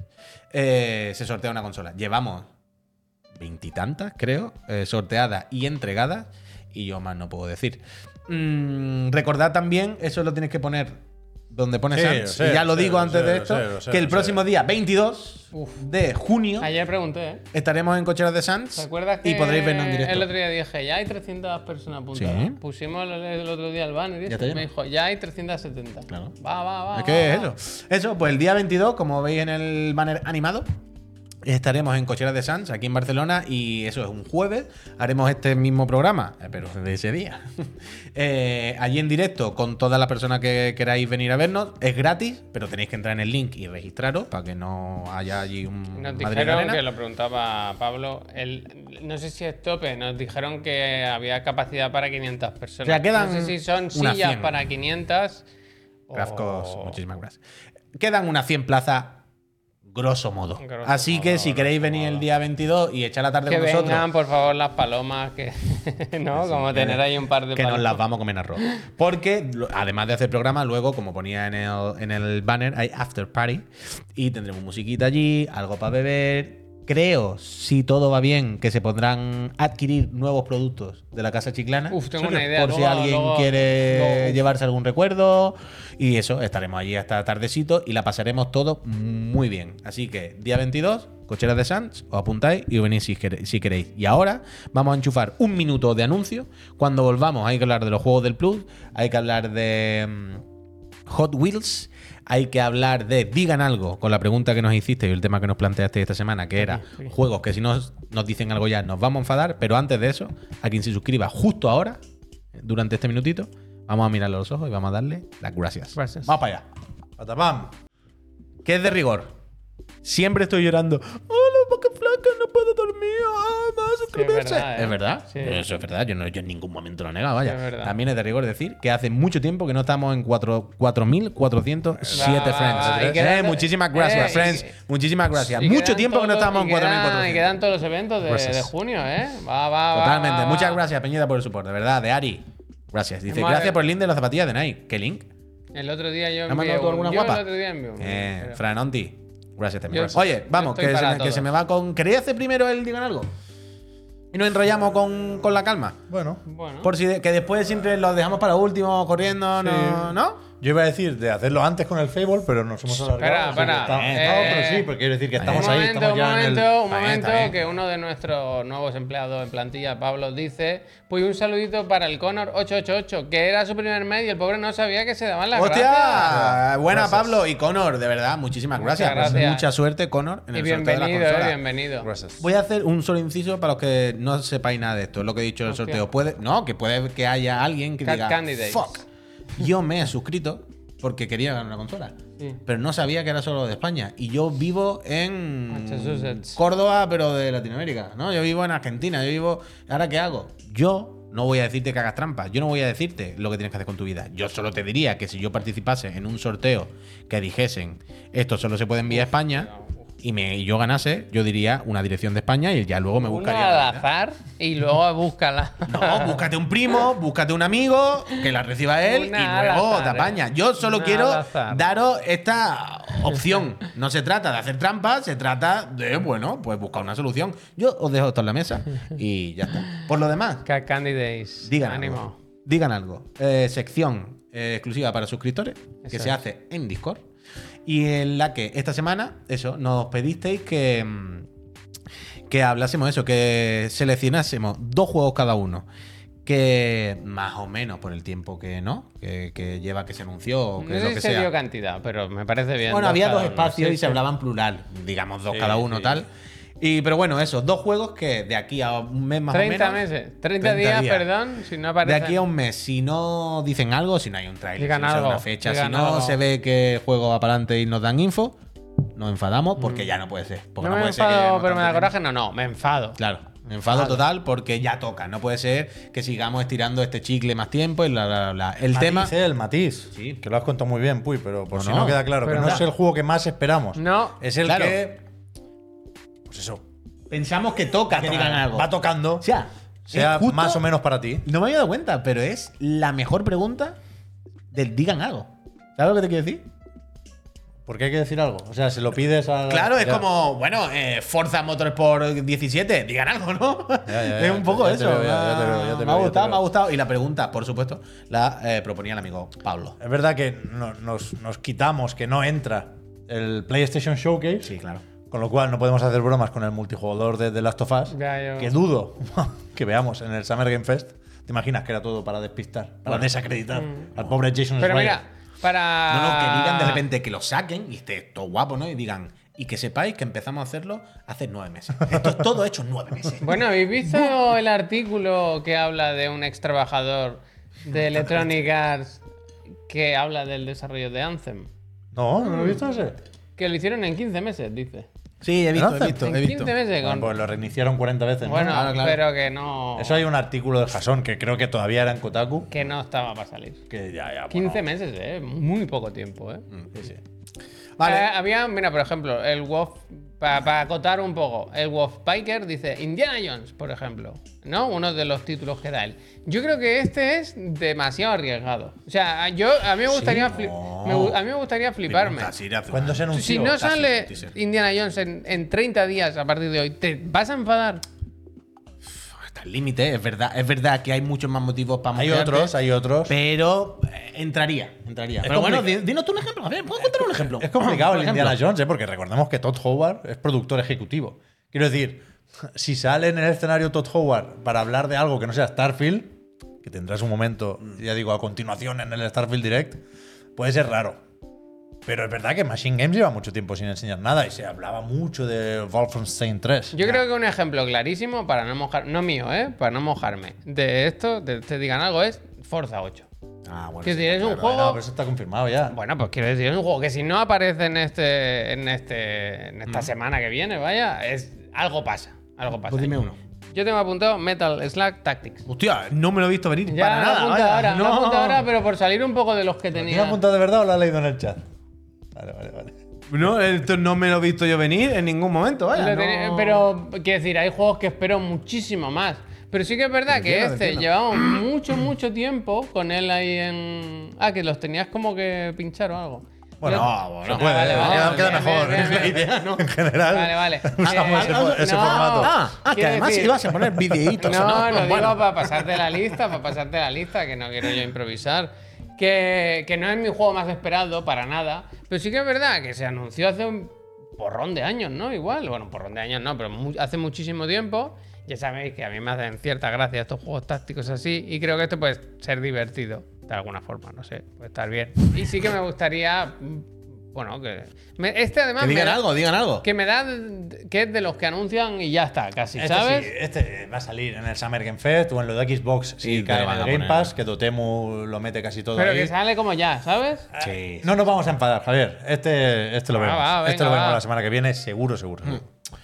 Speaker 1: eh, se sortea una consola. Llevamos veintitantas, creo, eh, sorteadas y entregadas, y yo más no puedo decir. Mm, recordad también, eso lo tienes que poner donde pones
Speaker 3: Sí,
Speaker 1: antes,
Speaker 3: lo sé,
Speaker 1: y ya lo
Speaker 3: lo sé,
Speaker 1: digo
Speaker 3: lo
Speaker 1: antes
Speaker 3: sé,
Speaker 1: de
Speaker 3: lo
Speaker 1: esto,
Speaker 3: sé, lo sé,
Speaker 1: que el
Speaker 3: lo sé.
Speaker 1: próximo día 22 de junio
Speaker 2: Ayer pregunté, ¿eh?
Speaker 1: estaremos en Cochera de Sands
Speaker 2: ¿Te acuerdas que
Speaker 1: y podréis vernos en directo.
Speaker 2: El otro día dije, ya hay 300 personas apuntadas.
Speaker 1: Sí.
Speaker 2: Pusimos el, el otro día el banner y
Speaker 1: Ya
Speaker 2: eso,
Speaker 1: está
Speaker 2: me
Speaker 1: lleno.
Speaker 2: dijo, ya hay 370.
Speaker 1: Claro.
Speaker 2: Va, va, va.
Speaker 1: Es
Speaker 2: va,
Speaker 1: que es
Speaker 2: va.
Speaker 1: eso. Eso, pues el día 22, como veis en el banner animado, estaremos en Cocheras de Sanz, aquí en Barcelona, y eso es un jueves. Haremos este mismo programa, eh, pero de ese día. [LAUGHS] Eh, allí en directo, con todas las personas que queráis venir a vernos. Es gratis, pero tenéis que entrar en el link y registraros para que no haya allí un.
Speaker 2: Nos
Speaker 1: Madrid
Speaker 2: dijeron
Speaker 1: Arena.
Speaker 2: que lo preguntaba Pablo, el- no sé si es tope, nos dijeron que había capacidad para 500 personas.
Speaker 1: O sea, quedan
Speaker 2: no sé si son
Speaker 1: unas
Speaker 2: sillas
Speaker 1: 100.
Speaker 2: para 500. o-
Speaker 1: Grafcos,
Speaker 2: Oh.
Speaker 1: muchísimas gracias. Quedan unas 100 plazas, grosso modo.
Speaker 2: Grosso
Speaker 1: Así que
Speaker 2: modo,
Speaker 1: si
Speaker 2: grosso
Speaker 1: queréis venir el
Speaker 2: modo.
Speaker 1: día 22 y echar la tarde
Speaker 2: Que
Speaker 1: con nosotros,
Speaker 2: vengan, por favor, las palomas, que [LAUGHS] no, como tener ahí un par de
Speaker 1: que nos las
Speaker 2: palomas.
Speaker 1: vamos a comer arroz. Porque lo- además de hacer programa, luego, como ponía en el, en el banner, hay after party y tendremos musiquita allí, algo para beber. Creo, si todo va bien, que se podrán adquirir nuevos productos de la Casa Chiclana.
Speaker 2: Uf, tengo
Speaker 1: Solo
Speaker 2: una idea,
Speaker 1: Por si
Speaker 2: luego-
Speaker 1: alguien
Speaker 2: luego-
Speaker 1: quiere
Speaker 2: luego- uf.
Speaker 1: llevarse algún recuerdo. Y eso, estaremos allí hasta tardecito y la pasaremos todo muy bien. Así que, día 22, cocheras de Sands, os apuntáis y venís si, quere- si queréis. Y ahora vamos a enchufar un minuto de anuncio. Cuando volvamos, hay que hablar de los juegos del Plus, hay que hablar de. mm, Hot Wheels. Hay que hablar de digan algo con la pregunta que nos hiciste y el tema que nos planteaste esta semana, que era
Speaker 2: Sí, sí.
Speaker 1: juegos que si nos, nos dicen algo ya nos vamos a enfadar, pero antes de eso, a quien se suscriba justo ahora, durante este minutito, vamos a mirarle a los ojos y vamos a darle las gracias.
Speaker 2: Gracias.
Speaker 1: Vamos para allá.
Speaker 3: Patapam.
Speaker 1: Que es de rigor. Siempre estoy llorando. Hola, boca flaca, no puedo dormir. Ah, va a suscribirse.
Speaker 2: Sí, es verdad, ¿eh?
Speaker 1: es verdad.
Speaker 2: Sí.
Speaker 1: Eso es verdad. Yo, no, yo en ningún momento lo he negado. Vaya.
Speaker 2: Es verdad.
Speaker 1: También es de rigor decir que hace mucho tiempo que no estamos en cuatro- 4.407
Speaker 2: Va, va,
Speaker 1: friends.
Speaker 2: va, y
Speaker 1: Eh,
Speaker 2: quedan-
Speaker 1: muchísimas gracias,
Speaker 2: eh,
Speaker 1: friends.
Speaker 2: y-
Speaker 1: muchísimas gracias.
Speaker 2: Y
Speaker 1: Mucho
Speaker 2: quedan
Speaker 1: tiempo que no
Speaker 2: todo-
Speaker 1: estamos en
Speaker 2: y quedan- Y
Speaker 1: 4.400.
Speaker 2: quedan todos los eventos de,
Speaker 1: Gracias.
Speaker 2: de junio, ¿eh? Va, va, va.
Speaker 1: Totalmente.
Speaker 2: va, va.
Speaker 1: Muchas gracias, Peñita, por el soporte. De verdad, de Ari. Gracias. Dice,
Speaker 2: Madre-
Speaker 1: gracias por el link de las zapatillas de Nike. ¿Qué link?
Speaker 2: El otro día yo
Speaker 1: ¿No has
Speaker 2: envié
Speaker 1: mandado tú
Speaker 2: un-
Speaker 1: alguna
Speaker 2: yo
Speaker 1: guapa?
Speaker 2: el otro día envié un-
Speaker 1: Eh,
Speaker 2: pero-
Speaker 1: Franonti. Gracias también.
Speaker 2: Yo-
Speaker 1: Oye,
Speaker 2: yo
Speaker 1: vamos,
Speaker 2: estoy
Speaker 1: que se,
Speaker 2: para
Speaker 1: me, que
Speaker 2: todas.
Speaker 1: se me va con. ¿Queréis hacer primero el digan algo? Y nos enrollamos con, con la calma.
Speaker 3: Bueno,
Speaker 2: Bueno,
Speaker 1: Por si de- que después siempre los dejamos para último, corriendo, no,
Speaker 3: Sí.
Speaker 1: ¿no?
Speaker 3: yo iba a decir de hacerlo antes con el Fable, pero nos hemos alargado.
Speaker 2: espera,
Speaker 3: así que
Speaker 2: espera.
Speaker 3: estamos-
Speaker 2: Eh,
Speaker 3: no, pero sí, porque quiero decir que
Speaker 2: un
Speaker 3: estamos
Speaker 2: momento,
Speaker 3: ahí, estamos
Speaker 2: un
Speaker 3: ya en
Speaker 2: momento,
Speaker 3: el.
Speaker 2: un
Speaker 1: Está bien,
Speaker 2: momento,
Speaker 1: está bien.
Speaker 2: que uno de nuestros nuevos empleados en plantilla, Pablo, dice, pues un saludito para el Connor 888, que era su primer mes y el pobre no sabía que se daban las
Speaker 1: ¡Hostia!
Speaker 2: gracias.
Speaker 1: Buena,
Speaker 3: Gracias.
Speaker 1: Pablo y Conor, de verdad, muchísimas
Speaker 2: Muchas
Speaker 1: gracias.
Speaker 2: gracias.
Speaker 1: Mucha suerte, Conor, en
Speaker 2: Y
Speaker 1: el sorteo de Pues, la
Speaker 2: bienvenido, eh,
Speaker 1: consola.
Speaker 2: bienvenido.
Speaker 3: Gracias.
Speaker 1: Voy a hacer un solo inciso para los que no sepáis nada de esto. Es lo que he dicho del
Speaker 2: Hostia.
Speaker 1: sorteo. Puede, no, que puede que haya alguien que
Speaker 2: Cat
Speaker 1: diga,
Speaker 2: candidates.
Speaker 1: fuck, yo me he suscrito porque quería ganar una consola.
Speaker 2: Sí.
Speaker 1: Pero no sabía que era solo de España. Y yo vivo en
Speaker 2: Massachusetts.
Speaker 1: Córdoba, pero de Latinoamérica. ¿no? Yo vivo en Argentina. Yo vivo... ¿Ahora qué hago? Yo no voy a decirte que hagas trampas. Yo no voy a decirte lo que tienes que hacer con tu vida. Yo solo te diría que si yo participase en un sorteo que dijesen esto solo se puede enviar a España y me, y yo ganase, yo diría una dirección de España y ya luego me buscaría. la
Speaker 2: Una al
Speaker 1: vida.
Speaker 2: azar y luego [LAUGHS] búscala.
Speaker 1: No, búscate un primo, búscate un amigo que la reciba él
Speaker 2: Una
Speaker 1: y luego
Speaker 2: al azar,
Speaker 1: te apaña.
Speaker 2: eh.
Speaker 1: Yo solo
Speaker 2: Una
Speaker 1: quiero
Speaker 2: al azar.
Speaker 1: daros esta opción. No se trata de hacer trampas, se trata de, bueno, pues buscar una solución. Yo os dejo esto en la mesa y ya está. Por lo demás,
Speaker 2: Cat Candy Days.
Speaker 1: digan
Speaker 2: Ánimo.
Speaker 1: algo. Digan algo. Eh, sección eh, exclusiva para suscriptores que
Speaker 2: Eso
Speaker 1: se
Speaker 2: es.
Speaker 1: hace en Discord y en la que esta semana, eso, nos pedisteis que, mm, que hablásemos eso, que seleccionásemos dos juegos cada uno. Que más o menos por el tiempo que no, que, que lleva que se anunció,
Speaker 2: No
Speaker 1: que
Speaker 2: sé
Speaker 1: lo que
Speaker 2: si se
Speaker 1: sea.
Speaker 2: dio cantidad, pero me parece bien.
Speaker 1: Bueno, había dos
Speaker 2: cada uno.
Speaker 1: espacios
Speaker 2: Sí,
Speaker 1: y se
Speaker 2: sí.
Speaker 1: hablaba en plural, digamos dos
Speaker 3: Sí,
Speaker 1: cada uno,
Speaker 3: sí.
Speaker 1: tal. Y, pero bueno, esos dos juegos que de aquí a un mes más o
Speaker 2: 30
Speaker 1: menos.
Speaker 2: meses. 30,
Speaker 1: 30
Speaker 2: días,
Speaker 1: días.
Speaker 2: perdón, si no
Speaker 1: De
Speaker 2: aparece.
Speaker 1: aquí a un mes, si no dicen algo, si no hay un trailer,
Speaker 2: Digan
Speaker 1: si no se da una
Speaker 2: algo,
Speaker 1: fecha, si
Speaker 2: digan
Speaker 1: no
Speaker 2: algo.
Speaker 1: se ve que el juego va para adelante y nos dan info, nos enfadamos porque ya no puede ser. Porque
Speaker 2: Mm. No me
Speaker 1: puede ser que
Speaker 2: enfado,
Speaker 1: llevemos
Speaker 2: pero me da
Speaker 1: tanto tiempo.
Speaker 2: coraje. No, no, me enfado.
Speaker 1: Claro, me enfado total porque ya toca. No puede ser que sigamos estirando este chicle más tiempo y bla, bla, bla, bla. El
Speaker 3: matiz,
Speaker 1: tema.
Speaker 3: eh, el matiz.
Speaker 1: Sí.
Speaker 3: Que lo has contado muy bien, Puy, pero por
Speaker 1: No,
Speaker 3: si
Speaker 1: no.
Speaker 3: no, queda claro,
Speaker 2: Pero
Speaker 3: que no
Speaker 2: nada.
Speaker 3: es el juego que más esperamos.
Speaker 2: No.
Speaker 3: Es el
Speaker 1: Claro.
Speaker 3: que. Pues eso.
Speaker 1: Pensamos que toca que digan algo.
Speaker 3: Va tocando.
Speaker 1: O sea,
Speaker 3: sea
Speaker 1: es justo-
Speaker 3: más o menos para ti.
Speaker 1: No me había dado cuenta, pero es la mejor pregunta del digan algo. ¿Sabes lo que te quiero decir?
Speaker 3: Porque hay que decir algo. O sea, si lo pides a.
Speaker 1: Claro, es
Speaker 3: ya.
Speaker 1: como, bueno, eh, Forza Motorsport 17, digan algo, ¿no?
Speaker 3: Ya, ya,
Speaker 1: [LAUGHS]
Speaker 3: ya,
Speaker 1: es un poco
Speaker 3: ya te
Speaker 1: eso.
Speaker 3: veo, ya, ya te veo, ya te
Speaker 1: me ha
Speaker 3: veo, ya te
Speaker 1: gustado,
Speaker 3: veo.
Speaker 1: me ha gustado. Y la pregunta, por supuesto, la eh, proponía el amigo Pablo.
Speaker 3: Es verdad que no- nos, nos quitamos, que no entra el PlayStation Showcase.
Speaker 1: Sí, claro.
Speaker 3: Con lo cual no podemos hacer bromas con el multijugador de The Last of Us.
Speaker 2: Ya, yo-
Speaker 3: Que dudo [LAUGHS] que veamos en el Summer Game Fest. ¿Te imaginas que era todo para despistar, para desacreditar
Speaker 2: Mm.
Speaker 3: al pobre Jason
Speaker 2: Pero
Speaker 3: Schreier?
Speaker 2: mira, para. Ah.
Speaker 1: No, no, que digan de repente que lo saquen y esté todo guapo, ¿no? Y digan, Y que sepáis que empezamos a hacerlo hace nueve meses. Esto es todo hecho en nueve
Speaker 3: [LAUGHS]
Speaker 1: meses.
Speaker 2: Bueno,
Speaker 1: [LAUGHS]
Speaker 2: ¿habéis visto el artículo que habla de un ex trabajador de Electronic Arts que habla del desarrollo de Anthem?
Speaker 3: No, no lo he visto ese.
Speaker 2: Que lo hicieron en 15 meses, dice.
Speaker 1: Sí, he visto, he
Speaker 3: Entonces,
Speaker 1: visto,
Speaker 2: en
Speaker 1: he visto. pues,
Speaker 2: 15 meses
Speaker 3: Bueno,
Speaker 2: con...
Speaker 3: pues lo reiniciaron 40 veces. ¿no?
Speaker 2: bueno,
Speaker 1: claro, claro.
Speaker 2: pero que no,
Speaker 3: Eso hay un artículo de Jason que creo que todavía era en Kotaku.
Speaker 2: que no estaba para salir.
Speaker 3: Que ya, ya.
Speaker 2: 15
Speaker 3: bueno,
Speaker 2: meses, eh, muy poco tiempo, eh.
Speaker 3: sí, sí.
Speaker 1: Vale.
Speaker 2: Eh, había, mira, por ejemplo, el Wolf, para acotar un poco, el Wolf Piker dice Indiana Jones, por ejemplo, ¿no? Uno de los títulos que da él. Yo creo que este es demasiado arriesgado. O sea, yo, a mí me gustaría, fli-
Speaker 3: no.
Speaker 2: me gu- a mí me gustaría fliparme.
Speaker 1: Casi, hace un
Speaker 3: ¿Cuándo se
Speaker 1: año.
Speaker 3: anunció?
Speaker 2: Si no
Speaker 1: casi
Speaker 2: sale
Speaker 1: un teaser.
Speaker 2: Indiana Jones en, en 30 días a partir de hoy, ¿te vas a enfadar?
Speaker 1: Hasta el límite, es verdad. Es verdad que hay muchos más motivos para
Speaker 3: Hay
Speaker 1: motearte,
Speaker 3: otros, hay otros.
Speaker 1: Pero eh, entraría, entraría. pero bueno,
Speaker 3: complicado.
Speaker 1: di- dinos tú un ejemplo. A ver, ¿puedo contar un ejemplo?
Speaker 3: Es complicado
Speaker 1: Por
Speaker 3: el
Speaker 1: ejemplo.
Speaker 3: Indiana Jones, ¿eh? porque recordemos que Todd Howard es productor ejecutivo. Quiero decir, si sale en el escenario Todd Howard para hablar de algo que no sea Starfield, que tendrás un momento, ya digo, a continuación en el Starfield Direct, puede ser raro. Pero es verdad que Machine Games lleva mucho tiempo sin enseñar nada y se hablaba mucho de Wolfenstein 3.
Speaker 2: Yo creo que un ejemplo clarísimo para no mojar, no mío, ¿eh? Para no mojarme, de esto, de te digan algo, es Forza 8.
Speaker 1: Ah, bueno.
Speaker 2: Quiero
Speaker 1: sí,
Speaker 2: decir, es un
Speaker 1: claro.
Speaker 2: juego
Speaker 3: No, pero eso está confirmado ya.
Speaker 2: Bueno, pues quiero decir, es un juego que si no aparece en este. en este. en esta semana que viene, vaya, es. algo pasa. Algo pasa.
Speaker 1: Pues dime uno.
Speaker 2: Yo tengo apuntado Metal Slack Tactics.
Speaker 1: Hostia, no me lo he visto venir
Speaker 2: Ya
Speaker 1: para
Speaker 2: lo
Speaker 1: nada.
Speaker 2: apunto
Speaker 1: vaya.
Speaker 2: ahora, lo
Speaker 1: no.
Speaker 2: apunto ahora, pero por salir un poco de los que
Speaker 3: ¿Tiene
Speaker 2: tenía.
Speaker 3: apuntado de verdad o lo has leído en el chat? Vale, vale, vale.
Speaker 1: No, esto no me lo he visto yo venir en ningún momento, vaya.
Speaker 2: Lo tenía-
Speaker 1: no.
Speaker 2: Pero, quiero decir, hay juegos que espero muchísimo más. Pero sí que es verdad que
Speaker 1: entiendo,
Speaker 2: este
Speaker 1: entiendo.
Speaker 2: llevamos mucho, mucho tiempo con él ahí en. Ah, que los tenías como que pinchar o algo.
Speaker 3: Bueno,
Speaker 2: Los-
Speaker 3: no, bueno,
Speaker 2: Ah,
Speaker 3: puede,
Speaker 2: vale, vale,
Speaker 3: queda,
Speaker 2: vale,
Speaker 3: queda
Speaker 2: bien,
Speaker 3: mejor.
Speaker 2: bien,
Speaker 3: es
Speaker 2: bien,
Speaker 3: la
Speaker 2: bien.
Speaker 3: idea,
Speaker 1: [LAUGHS]
Speaker 3: ¿no? En general.
Speaker 2: Vale, vale. Eh,
Speaker 3: Usamos ese fo- ese formato.
Speaker 1: Ah, ah, que
Speaker 2: quiero
Speaker 1: además
Speaker 2: decir-
Speaker 1: ibas a poner videitos.
Speaker 2: No, lo digo
Speaker 1: Bueno.
Speaker 2: para pasarte la lista, para pasarte la lista, que no quiero yo improvisar. Que, que no es mi juego más esperado para nada. Pero sí que es verdad que se anunció hace un porrón de años, ¿no? Igual, bueno, un porrón de años no, pero mu- hace muchísimo tiempo. Ya sabéis que a mí me hacen cierta gracia estos juegos tácticos así. Y creo que esto puede ser divertido, de alguna forma, no sé, puede estar bien. Y sí que me gustaría. mm, Bueno, que. me- este además.
Speaker 1: Que
Speaker 2: me
Speaker 1: digan
Speaker 2: da-
Speaker 1: algo, digan algo.
Speaker 2: Que me da. Que es de los que anuncian y ya está, casi,
Speaker 3: Este
Speaker 2: ¿sabes?
Speaker 3: sí, este va a salir en el Summer Game Fest o en lo de Xbox
Speaker 1: Sí, te
Speaker 3: si
Speaker 1: lo
Speaker 3: cae en
Speaker 1: van
Speaker 3: el
Speaker 1: a
Speaker 3: Game
Speaker 1: poner.
Speaker 3: Pass, que Dotemu lo mete casi todo
Speaker 2: Pero
Speaker 3: ahí.
Speaker 2: que sale como ya, ¿sabes?
Speaker 1: Sí.
Speaker 3: No nos vamos a enfadar, Javier. Este, este lo
Speaker 1: Ah,
Speaker 2: Va,
Speaker 3: vemos.
Speaker 2: va, venga,
Speaker 3: este lo vemos
Speaker 2: va.
Speaker 3: la semana que viene, seguro, seguro. seguro.
Speaker 1: Hmm.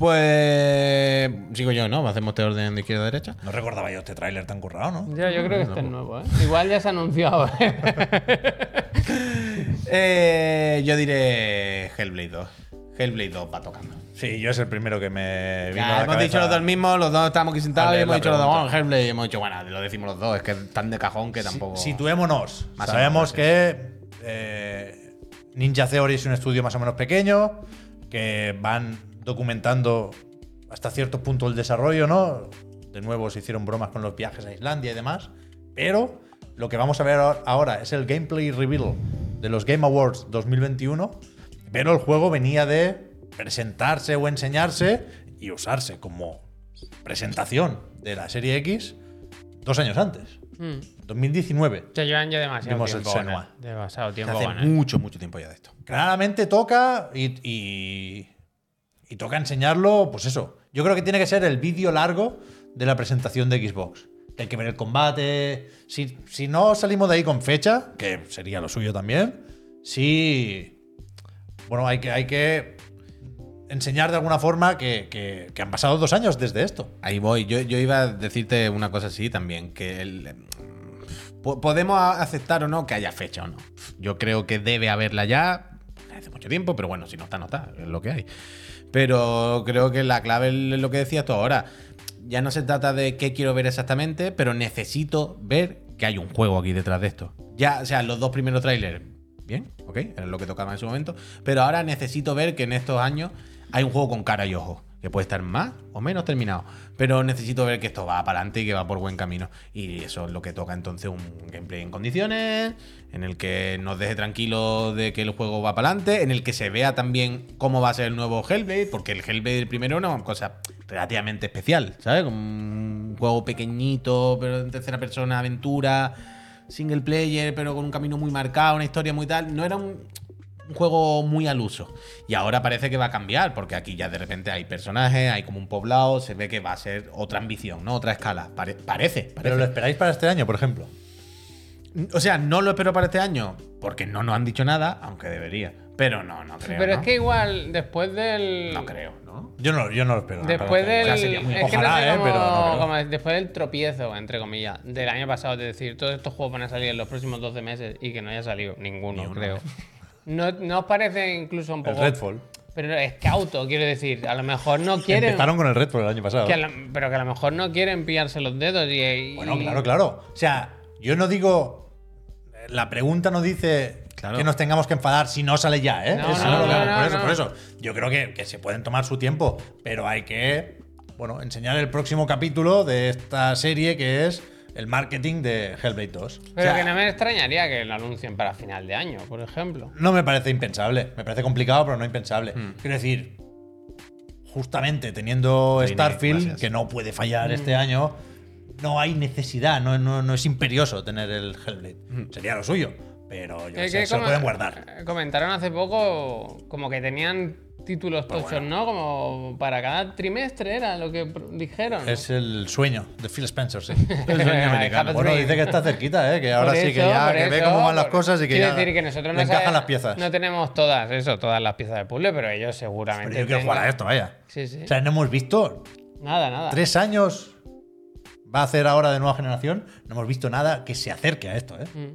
Speaker 1: Pues. Sigo yo, ¿no? Hacemos este orden de izquierda a derecha.
Speaker 3: No recordaba yo este tráiler tan currado, ¿no?
Speaker 2: Yo, yo creo que este es nuevo, ¿eh? Igual ya se ha
Speaker 3: [LAUGHS]
Speaker 2: anunciado.
Speaker 1: Eh, yo diré Hellblade 2. Hellblade 2 va tocando.
Speaker 3: Sí, yo es el primero que me vino
Speaker 1: Ya,
Speaker 3: a la
Speaker 1: hemos
Speaker 3: cabeza.
Speaker 1: dicho los dos mismos, los dos estamos aquí sentados
Speaker 3: Vale,
Speaker 1: y hemos
Speaker 3: la
Speaker 1: dicho los dos,
Speaker 3: pregunta.
Speaker 1: vamos, Hellblade, y hemos dicho, bueno, lo decimos los dos, es que tan de cajón que tampoco.
Speaker 3: Situémonos.
Speaker 1: Más
Speaker 3: Sabemos que eh, Ninja Theory es un estudio más o menos pequeño, que van documentando hasta cierto punto el desarrollo, ¿no? De nuevo se hicieron bromas con los viajes a Islandia y demás, pero lo que vamos a ver ahora- ahora es el gameplay reveal de los Game Awards 2021, pero el juego venía de presentarse o enseñarse y usarse como presentación de la serie X dos años antes.
Speaker 2: Mm.
Speaker 3: 2019.
Speaker 2: Se llevan ya demasiado
Speaker 3: Vimos el
Speaker 2: tiempo. con
Speaker 3: Senua.
Speaker 2: él. Demasiado tiempo.
Speaker 1: hace
Speaker 2: con él.
Speaker 1: mucho, mucho tiempo ya de esto.
Speaker 3: Claramente toca y, y- y toca enseñarlo, pues eso. Yo creo que tiene que ser el vídeo largo de la presentación de Xbox. Que Hay que ver el combate. Si, si no salimos de ahí con fecha, que sería lo suyo también, sí. Bueno, hay que, hay que enseñar de alguna forma que, que- que han pasado dos años desde esto.
Speaker 1: Ahí voy. Yo, yo iba a decirte una cosa así también, que el, po- podemos a- aceptar o no que haya fecha o no. Yo creo que debe haberla ya. Hace mucho tiempo, pero bueno, si no está, no está. Es lo que hay. Pero creo que la clave es lo que decías tú ahora. Ya no se trata de qué quiero ver exactamente, pero necesito ver que hay un juego aquí detrás de esto. Ya, o sea, los dos primeros trailers, bien, ok, era lo que tocaba en su momento. Pero ahora necesito ver que en estos años hay un juego con cara y ojo. Que puede estar más o menos terminado. Pero necesito ver que esto va para adelante y que va por buen camino. Y eso es lo que toca entonces un gameplay en condiciones, en el que nos deje tranquilos de que el juego va para adelante, en el que se vea también cómo va a ser el nuevo Hellblade, porque el Hellblade el primero era una cosa relativamente especial, ¿sabes? Como un juego pequeñito, pero en tercera persona, aventura, single player, pero con un camino muy marcado, una historia muy tal. No era un, un juego muy al uso. Y ahora parece que va a cambiar, porque aquí ya de repente hay personajes, hay como un poblado, se ve que va a ser otra ambición, ¿no? Otra escala. Pare- parece,
Speaker 3: Pero
Speaker 1: parece.
Speaker 3: lo esperáis para este año, por ejemplo.
Speaker 1: O sea, no lo espero para este año, porque no nos han dicho nada, aunque debería. Pero no, no creo.
Speaker 2: Pero
Speaker 1: ¿no?
Speaker 2: es que igual, después del.
Speaker 1: No creo, ¿no?
Speaker 3: Yo no, yo no lo espero. nada para
Speaker 2: Después
Speaker 3: este año.
Speaker 2: del.
Speaker 1: Ya sería muy-
Speaker 2: es que
Speaker 3: Ojalá,
Speaker 2: no sé
Speaker 3: eh,
Speaker 2: cómo-
Speaker 3: pero no creo.
Speaker 2: cómo es, después del tropiezo, entre comillas, del año pasado, de decir, todos estos juegos van a salir en los próximos 12 meses y que no haya salido ninguno,
Speaker 3: [LAUGHS]
Speaker 2: creo. ¿No, ¿No os parece incluso un
Speaker 3: El
Speaker 2: poco.
Speaker 3: Redfall.
Speaker 2: Pero es cauto, quiero decir. A lo mejor
Speaker 3: [LAUGHS]
Speaker 2: no quieren.
Speaker 3: Empezaron con el Redfall el año pasado.
Speaker 2: que a lo- pero que a lo mejor no quieren pillarse los dedos y. y-
Speaker 3: Bueno, claro, claro. O sea, yo no digo. La pregunta no dice
Speaker 1: Claro.
Speaker 3: que nos tengamos que enfadar si no sale ya, ¿eh?
Speaker 2: No,
Speaker 3: Eso,
Speaker 2: no,
Speaker 3: claro,
Speaker 2: no,
Speaker 3: claro,
Speaker 2: no,
Speaker 3: por eso,
Speaker 2: no.
Speaker 3: por eso. Yo creo que, que se pueden tomar su tiempo, pero hay que, bueno, enseñar el próximo capítulo de esta serie que es el marketing de Hellblade 2. O
Speaker 2: Pero
Speaker 3: sea,
Speaker 2: que no me extrañaría que lo anuncien para final de año, por ejemplo.
Speaker 3: No me parece impensable. Me parece complicado, pero no impensable. Quiero decir, justamente teniendo
Speaker 1: René,
Speaker 3: Starfield,
Speaker 1: gracias.
Speaker 3: que no puede fallar este
Speaker 2: Hmm.
Speaker 3: año, no hay necesidad, no, no- no es imperioso tener el Hellblade. Sería lo suyo, pero yo qué
Speaker 2: Eh, Que-
Speaker 3: sé,
Speaker 2: que
Speaker 3: se lo
Speaker 2: come-
Speaker 3: pueden guardar.
Speaker 2: eh, Comentaron hace poco como que tenían títulos
Speaker 3: Pues
Speaker 2: tochos, ¿no? Como para cada trimestre era lo que pr- dijeron.
Speaker 3: Es el sueño de Phil
Speaker 2: [LAUGHS]
Speaker 3: Spencer, sí.
Speaker 2: sueño [LAUGHS] americano.
Speaker 3: bueno, dice que está cerquita, ¿eh? que [LAUGHS] ahora
Speaker 2: Por
Speaker 3: sí que
Speaker 2: eso,
Speaker 3: ya
Speaker 2: por
Speaker 3: que ve
Speaker 2: eso,
Speaker 3: cómo van las
Speaker 2: por-
Speaker 3: cosas y que
Speaker 2: quiero
Speaker 3: ya
Speaker 2: decir que nosotros
Speaker 3: le
Speaker 2: no
Speaker 3: encajan
Speaker 2: sabe-
Speaker 3: las piezas.
Speaker 2: No tenemos todas, eso, todas las piezas de puzzle, pero ellos seguramente.
Speaker 3: pero yo quiero jugar a
Speaker 2: tengan-
Speaker 3: esto, vaya.
Speaker 2: Sí, sí.
Speaker 3: O sea, no hemos visto
Speaker 2: nada, nada.
Speaker 3: tres años va a hacer ahora de nueva generación, no hemos visto nada que se acerque a esto, ¿eh?
Speaker 2: Mm,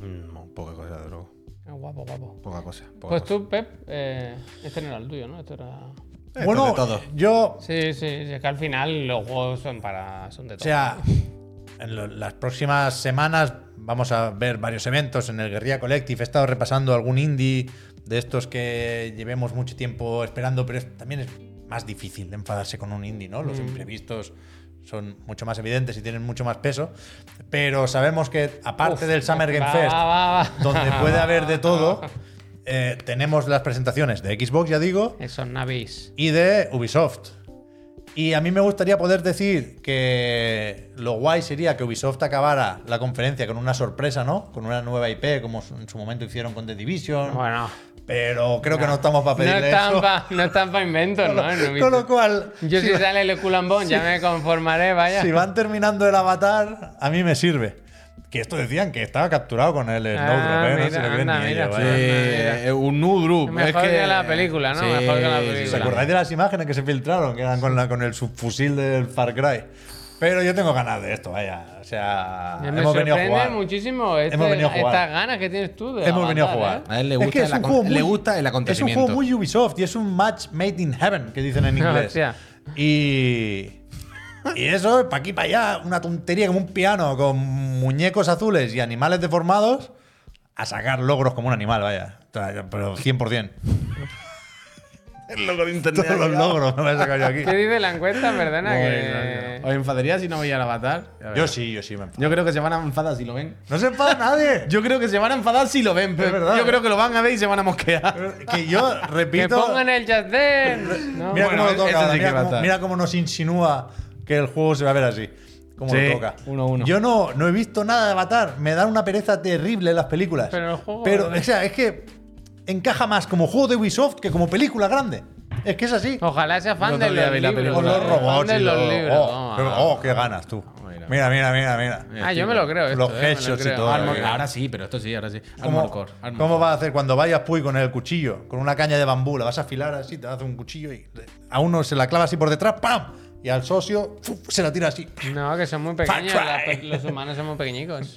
Speaker 1: Mm, poca cosa, de luego.
Speaker 2: guapo, guapo.
Speaker 1: Poca cosa. poca
Speaker 2: Pues
Speaker 1: cosa.
Speaker 2: tú, Pep, eh, este no era el tuyo, ¿no? Este era.
Speaker 1: Esto
Speaker 3: Bueno,
Speaker 1: de todo.
Speaker 3: yo,
Speaker 2: Sí, sí, sí, es que al final los juegos son para. son de
Speaker 3: o
Speaker 2: todo.
Speaker 3: sea, en lo- las próximas semanas vamos a ver varios eventos en el Guerrilla Collective. He estado repasando algún indie de estos que llevemos mucho tiempo esperando, pero es- también es más difícil de enfadarse con un indie, ¿no? Los imprevistos son mucho más evidentes y tienen mucho más peso. Pero sabemos que aparte
Speaker 2: Uf,
Speaker 3: del Summer Game
Speaker 2: va,
Speaker 3: Fest,
Speaker 2: va, va, va.
Speaker 3: donde puede haber de todo, eh, tenemos las presentaciones de Xbox, ya digo,
Speaker 2: [LAUGHS] Esos navis.
Speaker 3: y de Ubisoft. Y a mí me gustaría poder decir que lo guay sería que Ubisoft acabara la conferencia con una sorpresa, ¿no? Con una nueva IP, como su- en su momento hicieron con The Division.
Speaker 2: Bueno.
Speaker 3: pero creo que no estamos para pedirle
Speaker 2: no están
Speaker 3: [LAUGHS] eso.
Speaker 2: Pa, no están para inventos, ¿no? En Ubisoft.
Speaker 3: Con lo cual,
Speaker 2: Yo si sale el culambón ya me conformaré, vaya.
Speaker 3: si van terminando el avatar, a mí me sirve. Que esto decían que estaba capturado con el Snowdrop,
Speaker 2: Ah,
Speaker 3: ¿eh? No
Speaker 2: mira,
Speaker 3: se lo creen ni
Speaker 2: anda,
Speaker 3: ellos,
Speaker 2: mira.
Speaker 1: Sí,
Speaker 3: vaya.
Speaker 2: Mira.
Speaker 1: Pues, eh, un nudrup.
Speaker 2: Mejor
Speaker 1: es
Speaker 2: que la película, ¿no? Mejor que la película.
Speaker 3: ¿Os acordáis de las imágenes que se filtraron? Que eran con, la, con el subfusil del Far Cry. Pero yo tengo ganas de esto, vaya. O sea,
Speaker 2: me
Speaker 3: hemos venido a
Speaker 2: sorprende
Speaker 3: jugar.
Speaker 2: muchísimo este-
Speaker 3: Hemos venido a jugar.
Speaker 2: estas ganas que tienes tú de
Speaker 3: Hemos venido a
Speaker 2: avanzar,
Speaker 3: jugar.
Speaker 2: ¿eh?
Speaker 1: A él le gusta el acon- le gusta el acontecimiento.
Speaker 3: Es un juego muy Ubisoft y es un match made in heaven, que dicen en inglés.
Speaker 2: ¿eh? Hostia.
Speaker 3: y. Y eso, para aquí, para allá, una tontería como un piano con muñecos azules y animales deformados, a sacar logros como un animal, vaya.
Speaker 2: [LAUGHS]
Speaker 3: Pero 100%.
Speaker 1: El logo de internet.
Speaker 3: Todos los logros me los he sacado yo aquí.
Speaker 2: ¿Qué dice la encuesta? Perdona que...
Speaker 1: Bueno, ¿Os enfadaría si no veía el avatar? Ya
Speaker 3: Yo
Speaker 1: verás.
Speaker 3: sí, yo sí me enfado.
Speaker 1: Yo creo que se van a enfadar si lo ven.
Speaker 3: No se enfada nadie.
Speaker 1: [LAUGHS] Yo creo que se van a enfadar si lo ven, pero
Speaker 3: verdad,
Speaker 1: yo
Speaker 3: ¿eh?
Speaker 1: creo que lo van a ver y se van a mosquear.
Speaker 3: Que yo
Speaker 2: Que
Speaker 3: repito.
Speaker 2: pongan el Just Dance. ¿no?
Speaker 3: Mira
Speaker 1: Bueno,
Speaker 3: cómo lo
Speaker 1: ese
Speaker 3: toca. ahora,
Speaker 1: sí que va a
Speaker 3: mira, cómo,
Speaker 1: estar.
Speaker 3: mira cómo nos insinúa que el juego se va a ver así. Como
Speaker 1: Sí,
Speaker 3: lo toca.
Speaker 1: uno a uno.
Speaker 3: Yo no, no he visto nada de Avatar. Me da una pereza terrible las películas.
Speaker 2: Pero el juego-
Speaker 3: Pero, o sea, es que encaja más como juego de Ubisoft que como película grande. Es que es así.
Speaker 2: Ojalá sea fan
Speaker 1: El
Speaker 2: de
Speaker 1: otro día
Speaker 2: los
Speaker 1: vi la
Speaker 2: libros. ¿eh?
Speaker 1: película.
Speaker 3: Con los
Speaker 2: fan
Speaker 3: robots
Speaker 2: de
Speaker 3: y
Speaker 2: los
Speaker 3: los-
Speaker 2: libros.
Speaker 3: Oh,
Speaker 2: vamos,
Speaker 3: pero-
Speaker 2: vamos.
Speaker 3: oh, qué ganas tú.
Speaker 1: Mira.
Speaker 3: Mira, mira, mira, mira.
Speaker 2: Ah, yo me lo creo. esto,
Speaker 3: Los
Speaker 2: eh, me lo
Speaker 3: headshots y
Speaker 2: creo.
Speaker 3: todo.
Speaker 1: Armor-
Speaker 3: eh.
Speaker 1: ahora sí, pero esto sí, ahora sí. Armor
Speaker 3: ¿Cómo,
Speaker 1: Core. Armor
Speaker 3: cómo
Speaker 1: Core.
Speaker 3: vas a hacer cuando vayas Puy con el cuchillo? Con una caña de bambú, la vas a afilar así, te hace un cuchillo y a uno se la clava así por detrás, ¡pam! Y al socio ¡fuf! se la tira así.
Speaker 2: No, que son muy pequeños.
Speaker 3: Far
Speaker 2: las
Speaker 3: Cry.
Speaker 2: pe- los humanos somos pequeñicos.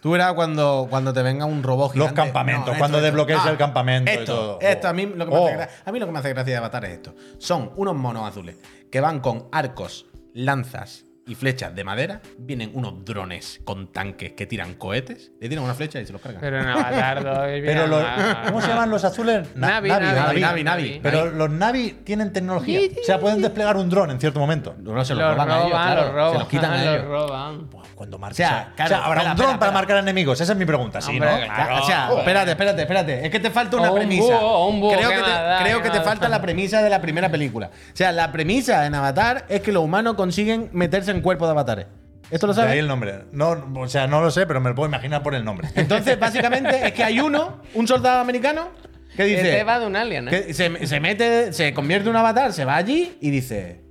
Speaker 1: Tú verás cuando, cuando te venga un robot gigante.
Speaker 3: campamentos, cuando desbloquees el campamento y
Speaker 1: Ah, Esto,
Speaker 3: todo.
Speaker 1: esto a, mí lo que me
Speaker 3: Oh.
Speaker 1: hace gra- a mí lo que me hace gracia de Avatar es esto. Son unos monos azules que van con arcos, lanzas y flechas de madera. Vienen unos drones con tanques que tiran cohetes. Le tiran una flecha y se los cargan.
Speaker 2: Pero en Avatar 2.
Speaker 3: Pero los, ¿Cómo se llaman los azules? Na-
Speaker 2: Ah. Navi, Navi, Navi, Navi.
Speaker 3: Pero los Navi tienen tecnología. O sea, pueden desplegar un dron en cierto momento.
Speaker 1: No, no, se los,
Speaker 2: Los
Speaker 1: roban, a ellos,
Speaker 2: roban,
Speaker 1: claro.
Speaker 2: los roban.
Speaker 1: Se [LAUGHS] los
Speaker 2: [LAUGHS]
Speaker 1: quitan a
Speaker 2: Los
Speaker 1: ellos.
Speaker 2: roban.
Speaker 3: Buah, Cuando marca.
Speaker 1: O sea,
Speaker 3: o sea,
Speaker 1: claro,
Speaker 3: habrá
Speaker 1: espera, espera,
Speaker 3: un dron para
Speaker 1: espera.
Speaker 3: marcar enemigos. Esa es mi pregunta, sí,
Speaker 2: Hombre,
Speaker 3: ¿no?
Speaker 2: claro.
Speaker 1: O sea, espérate, espérate, espérate. Es que te falta una
Speaker 2: O un
Speaker 1: premisa.
Speaker 2: búho, o un búho,
Speaker 1: creo
Speaker 2: ¿qué
Speaker 1: que, te,
Speaker 2: más da?
Speaker 1: creo
Speaker 2: ¿Qué
Speaker 1: que te
Speaker 2: más
Speaker 1: falta
Speaker 2: da?
Speaker 1: la premisa de la primera película. O sea, la premisa en Avatar es que los humanos consiguen meterse en cuerpos de avatares. ¿Esto lo
Speaker 3: De ahí
Speaker 1: sabes?
Speaker 3: el nombre. No, o sea, no lo sé, pero me lo puedo imaginar por el nombre.
Speaker 1: Entonces, básicamente, es que hay uno, un soldado americano, que dice.
Speaker 2: Este va de un alien, ¿eh?
Speaker 1: que se, se mete, se convierte en un avatar, se va allí y dice.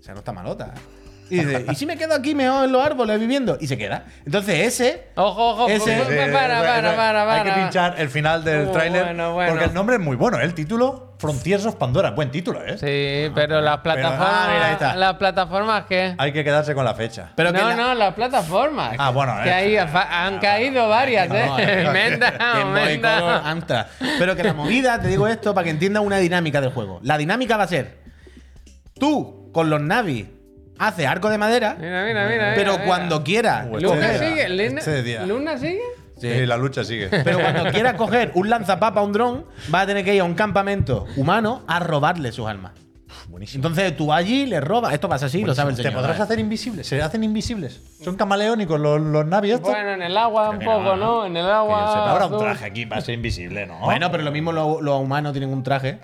Speaker 1: O sea, no está malota. Y dice, ¿y si me quedo aquí mejor en los árboles viviendo? Y se queda. Entonces ese.
Speaker 2: Ojo, ojo,
Speaker 1: Ese-
Speaker 2: pa- pa- para, para, para, para.
Speaker 3: eh, Hay que pinchar el final del
Speaker 1: Oh,
Speaker 2: Uh,
Speaker 3: tráiler
Speaker 2: bueno, bueno.
Speaker 3: porque el nombre es muy bueno. ¿eh? El título, Frontiers of Pandora. Buen título, ¿eh?
Speaker 2: Sí, pero las plataformas.
Speaker 3: ah, mira, ahí está. Ah,
Speaker 2: Las plataformas que.
Speaker 3: Hay que quedarse con la fecha.
Speaker 1: Pero que
Speaker 2: no,
Speaker 1: la-
Speaker 2: no, las plataformas.
Speaker 3: Ah, bueno,
Speaker 2: Que
Speaker 3: eh.
Speaker 2: ahí fa- han caído varias,
Speaker 1: No, no,
Speaker 2: [LAUGHS] ¿eh?
Speaker 1: no.
Speaker 2: Menda,
Speaker 1: Game Boy Color
Speaker 2: menda.
Speaker 1: Amstrad. Pero que la movida, te digo esto para que entiendas una dinámica del juego. La dinámica va a ser: tú con los navis haces arco de madera,
Speaker 2: Mira, mira, mira.
Speaker 1: pero
Speaker 2: mira,
Speaker 1: cuando
Speaker 2: mira.
Speaker 1: quieras.
Speaker 3: Uy,
Speaker 2: Luna
Speaker 3: Este día,
Speaker 2: sigue, Lina-
Speaker 3: este día.
Speaker 2: Luna sigue.
Speaker 1: Sí.
Speaker 3: Sí, la lucha sigue.
Speaker 1: Pero cuando quieras coger un lanzapapa, un dron, vas a tener que ir a un campamento humano a robarle sus armas.
Speaker 3: Buenísimo.
Speaker 1: Entonces tú allí le robas. Esto pasa así, lo sabe el
Speaker 3: Pues, ¿Te
Speaker 1: señor.
Speaker 3: podrás
Speaker 1: ¿vale?
Speaker 3: hacer invisibles? ¿Se hacen invisibles? ¿Son camaleónicos los, los navios estos?
Speaker 2: Bueno, en el agua un
Speaker 1: que no, ¿no?
Speaker 2: poco, ¿no? En el
Speaker 3: Que yo sepa,
Speaker 2: agua.
Speaker 3: habrá un
Speaker 2: azul.
Speaker 3: traje aquí para ser invisible, ¿no?
Speaker 1: Bueno, pero lo mismo los los humanos tienen un traje.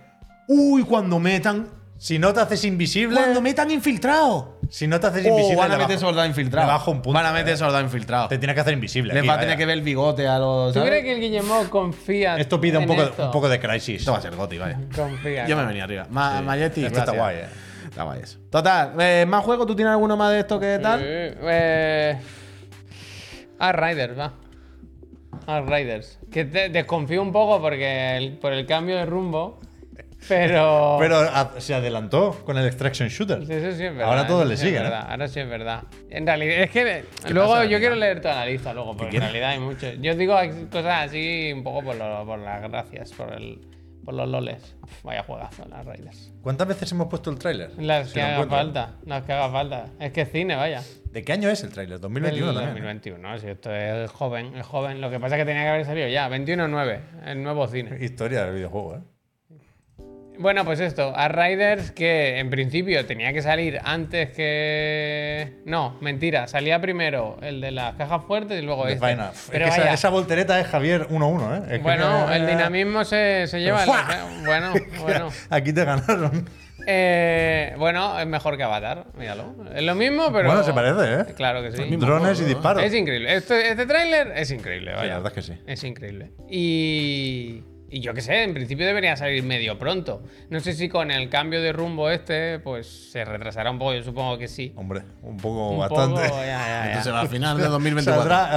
Speaker 1: Uy, cuando metan.
Speaker 3: si no te haces invisible,
Speaker 1: Cuando metan infiltrados.
Speaker 3: si no te haces
Speaker 1: O
Speaker 3: invisible,
Speaker 1: van a
Speaker 3: le
Speaker 1: meter
Speaker 3: bajo-
Speaker 1: soldado infiltrado.
Speaker 3: le bajo un punto,
Speaker 1: Van a
Speaker 3: eh.
Speaker 1: meter soldado infiltrado.
Speaker 3: te tienes que hacer invisible.
Speaker 1: Les
Speaker 3: aquí,
Speaker 1: va a
Speaker 3: vaya.
Speaker 1: tener que ver el bigote a los.
Speaker 2: ¿Tú
Speaker 1: ¿sabes?
Speaker 2: crees que el Guillermo confía
Speaker 3: Esto pide un
Speaker 2: en
Speaker 3: poco, de-
Speaker 2: esto?
Speaker 3: un poco de crisis.
Speaker 1: Esto va a ser goti, vaya.
Speaker 2: Confía.
Speaker 1: Yo me venía arriba. Ma Majestic,
Speaker 3: Esto está
Speaker 1: gracias.
Speaker 3: guay, eh.
Speaker 1: Está guay eso. Total, eh, más juegos. ¿Tú tienes alguno más de esto que tal?
Speaker 2: Eh, eh, a Riders, va. A Riders. Que te- desconfío un poco porque el- por el cambio de rumbo. Pero.
Speaker 3: Pero a- se adelantó con el Extraction Shooter.
Speaker 2: Sí, Pues eso sí es verdad.
Speaker 3: Ahora todo
Speaker 2: eso
Speaker 3: le
Speaker 2: sí es
Speaker 3: sigue, ¿no?
Speaker 2: verdad, Ahora sí es verdad. En realidad, es que luego
Speaker 1: pasa,
Speaker 2: yo
Speaker 1: Dani?
Speaker 2: quiero leer toda la lista luego, porque en
Speaker 1: quieres?
Speaker 2: realidad hay mucho. Yo digo cosas así un poco por, lo- por las gracias, por, el, por los loles. Uf, vaya juegazo, las Raiders.
Speaker 3: ¿Cuántas veces hemos puesto el tráiler?
Speaker 2: Las
Speaker 3: Si
Speaker 2: que
Speaker 3: lo
Speaker 2: haga
Speaker 3: encuentro.
Speaker 2: falta, las que haga falta. Es que es cine, vaya.
Speaker 3: ¿De qué año es el tráiler? 2021
Speaker 2: El
Speaker 3: también. ¿eh?
Speaker 2: 2021, si esto es joven, es joven. Lo que pasa es que tenía que haber salido ya, 21-9, el nuevo cine.
Speaker 3: Historia del videojuego, ¿eh?
Speaker 2: Bueno, pues esto, a Riders que en principio tenía que salir antes que... No, mentira, salía primero el de las cajas fuertes y luego
Speaker 3: De
Speaker 2: este.
Speaker 3: Final. Es
Speaker 2: Pero
Speaker 3: que esa,
Speaker 2: vaya,
Speaker 3: esa voltereta es Javier 1-1, ¿eh? Es que-
Speaker 2: bueno, el
Speaker 3: [LAUGHS]
Speaker 2: dinamismo se, se lleva...
Speaker 3: ¡Fua!
Speaker 2: las-
Speaker 3: [LAUGHS]
Speaker 2: Bueno, bueno.
Speaker 3: Aquí te ganaron.
Speaker 2: Eh, bueno, es mejor que Avatar, míralo. Es lo mismo, pero...
Speaker 3: Bueno, se parece, ¿eh?
Speaker 2: Claro que sí.
Speaker 3: Drones y disparos.
Speaker 2: Es increíble. Este, este tráiler es increíble, vaya.
Speaker 3: la verdad es que sí.
Speaker 2: Es increíble. Y, y yo qué sé, en principio debería salir medio pronto. No sé si con el cambio de rumbo este, pues se retrasará un poco, yo supongo que sí.
Speaker 3: Hombre, un poco
Speaker 2: Un poco, eh.
Speaker 3: bastante.
Speaker 2: ya, ya, ya.
Speaker 1: Oh, Entonces va a final de
Speaker 3: Saldrá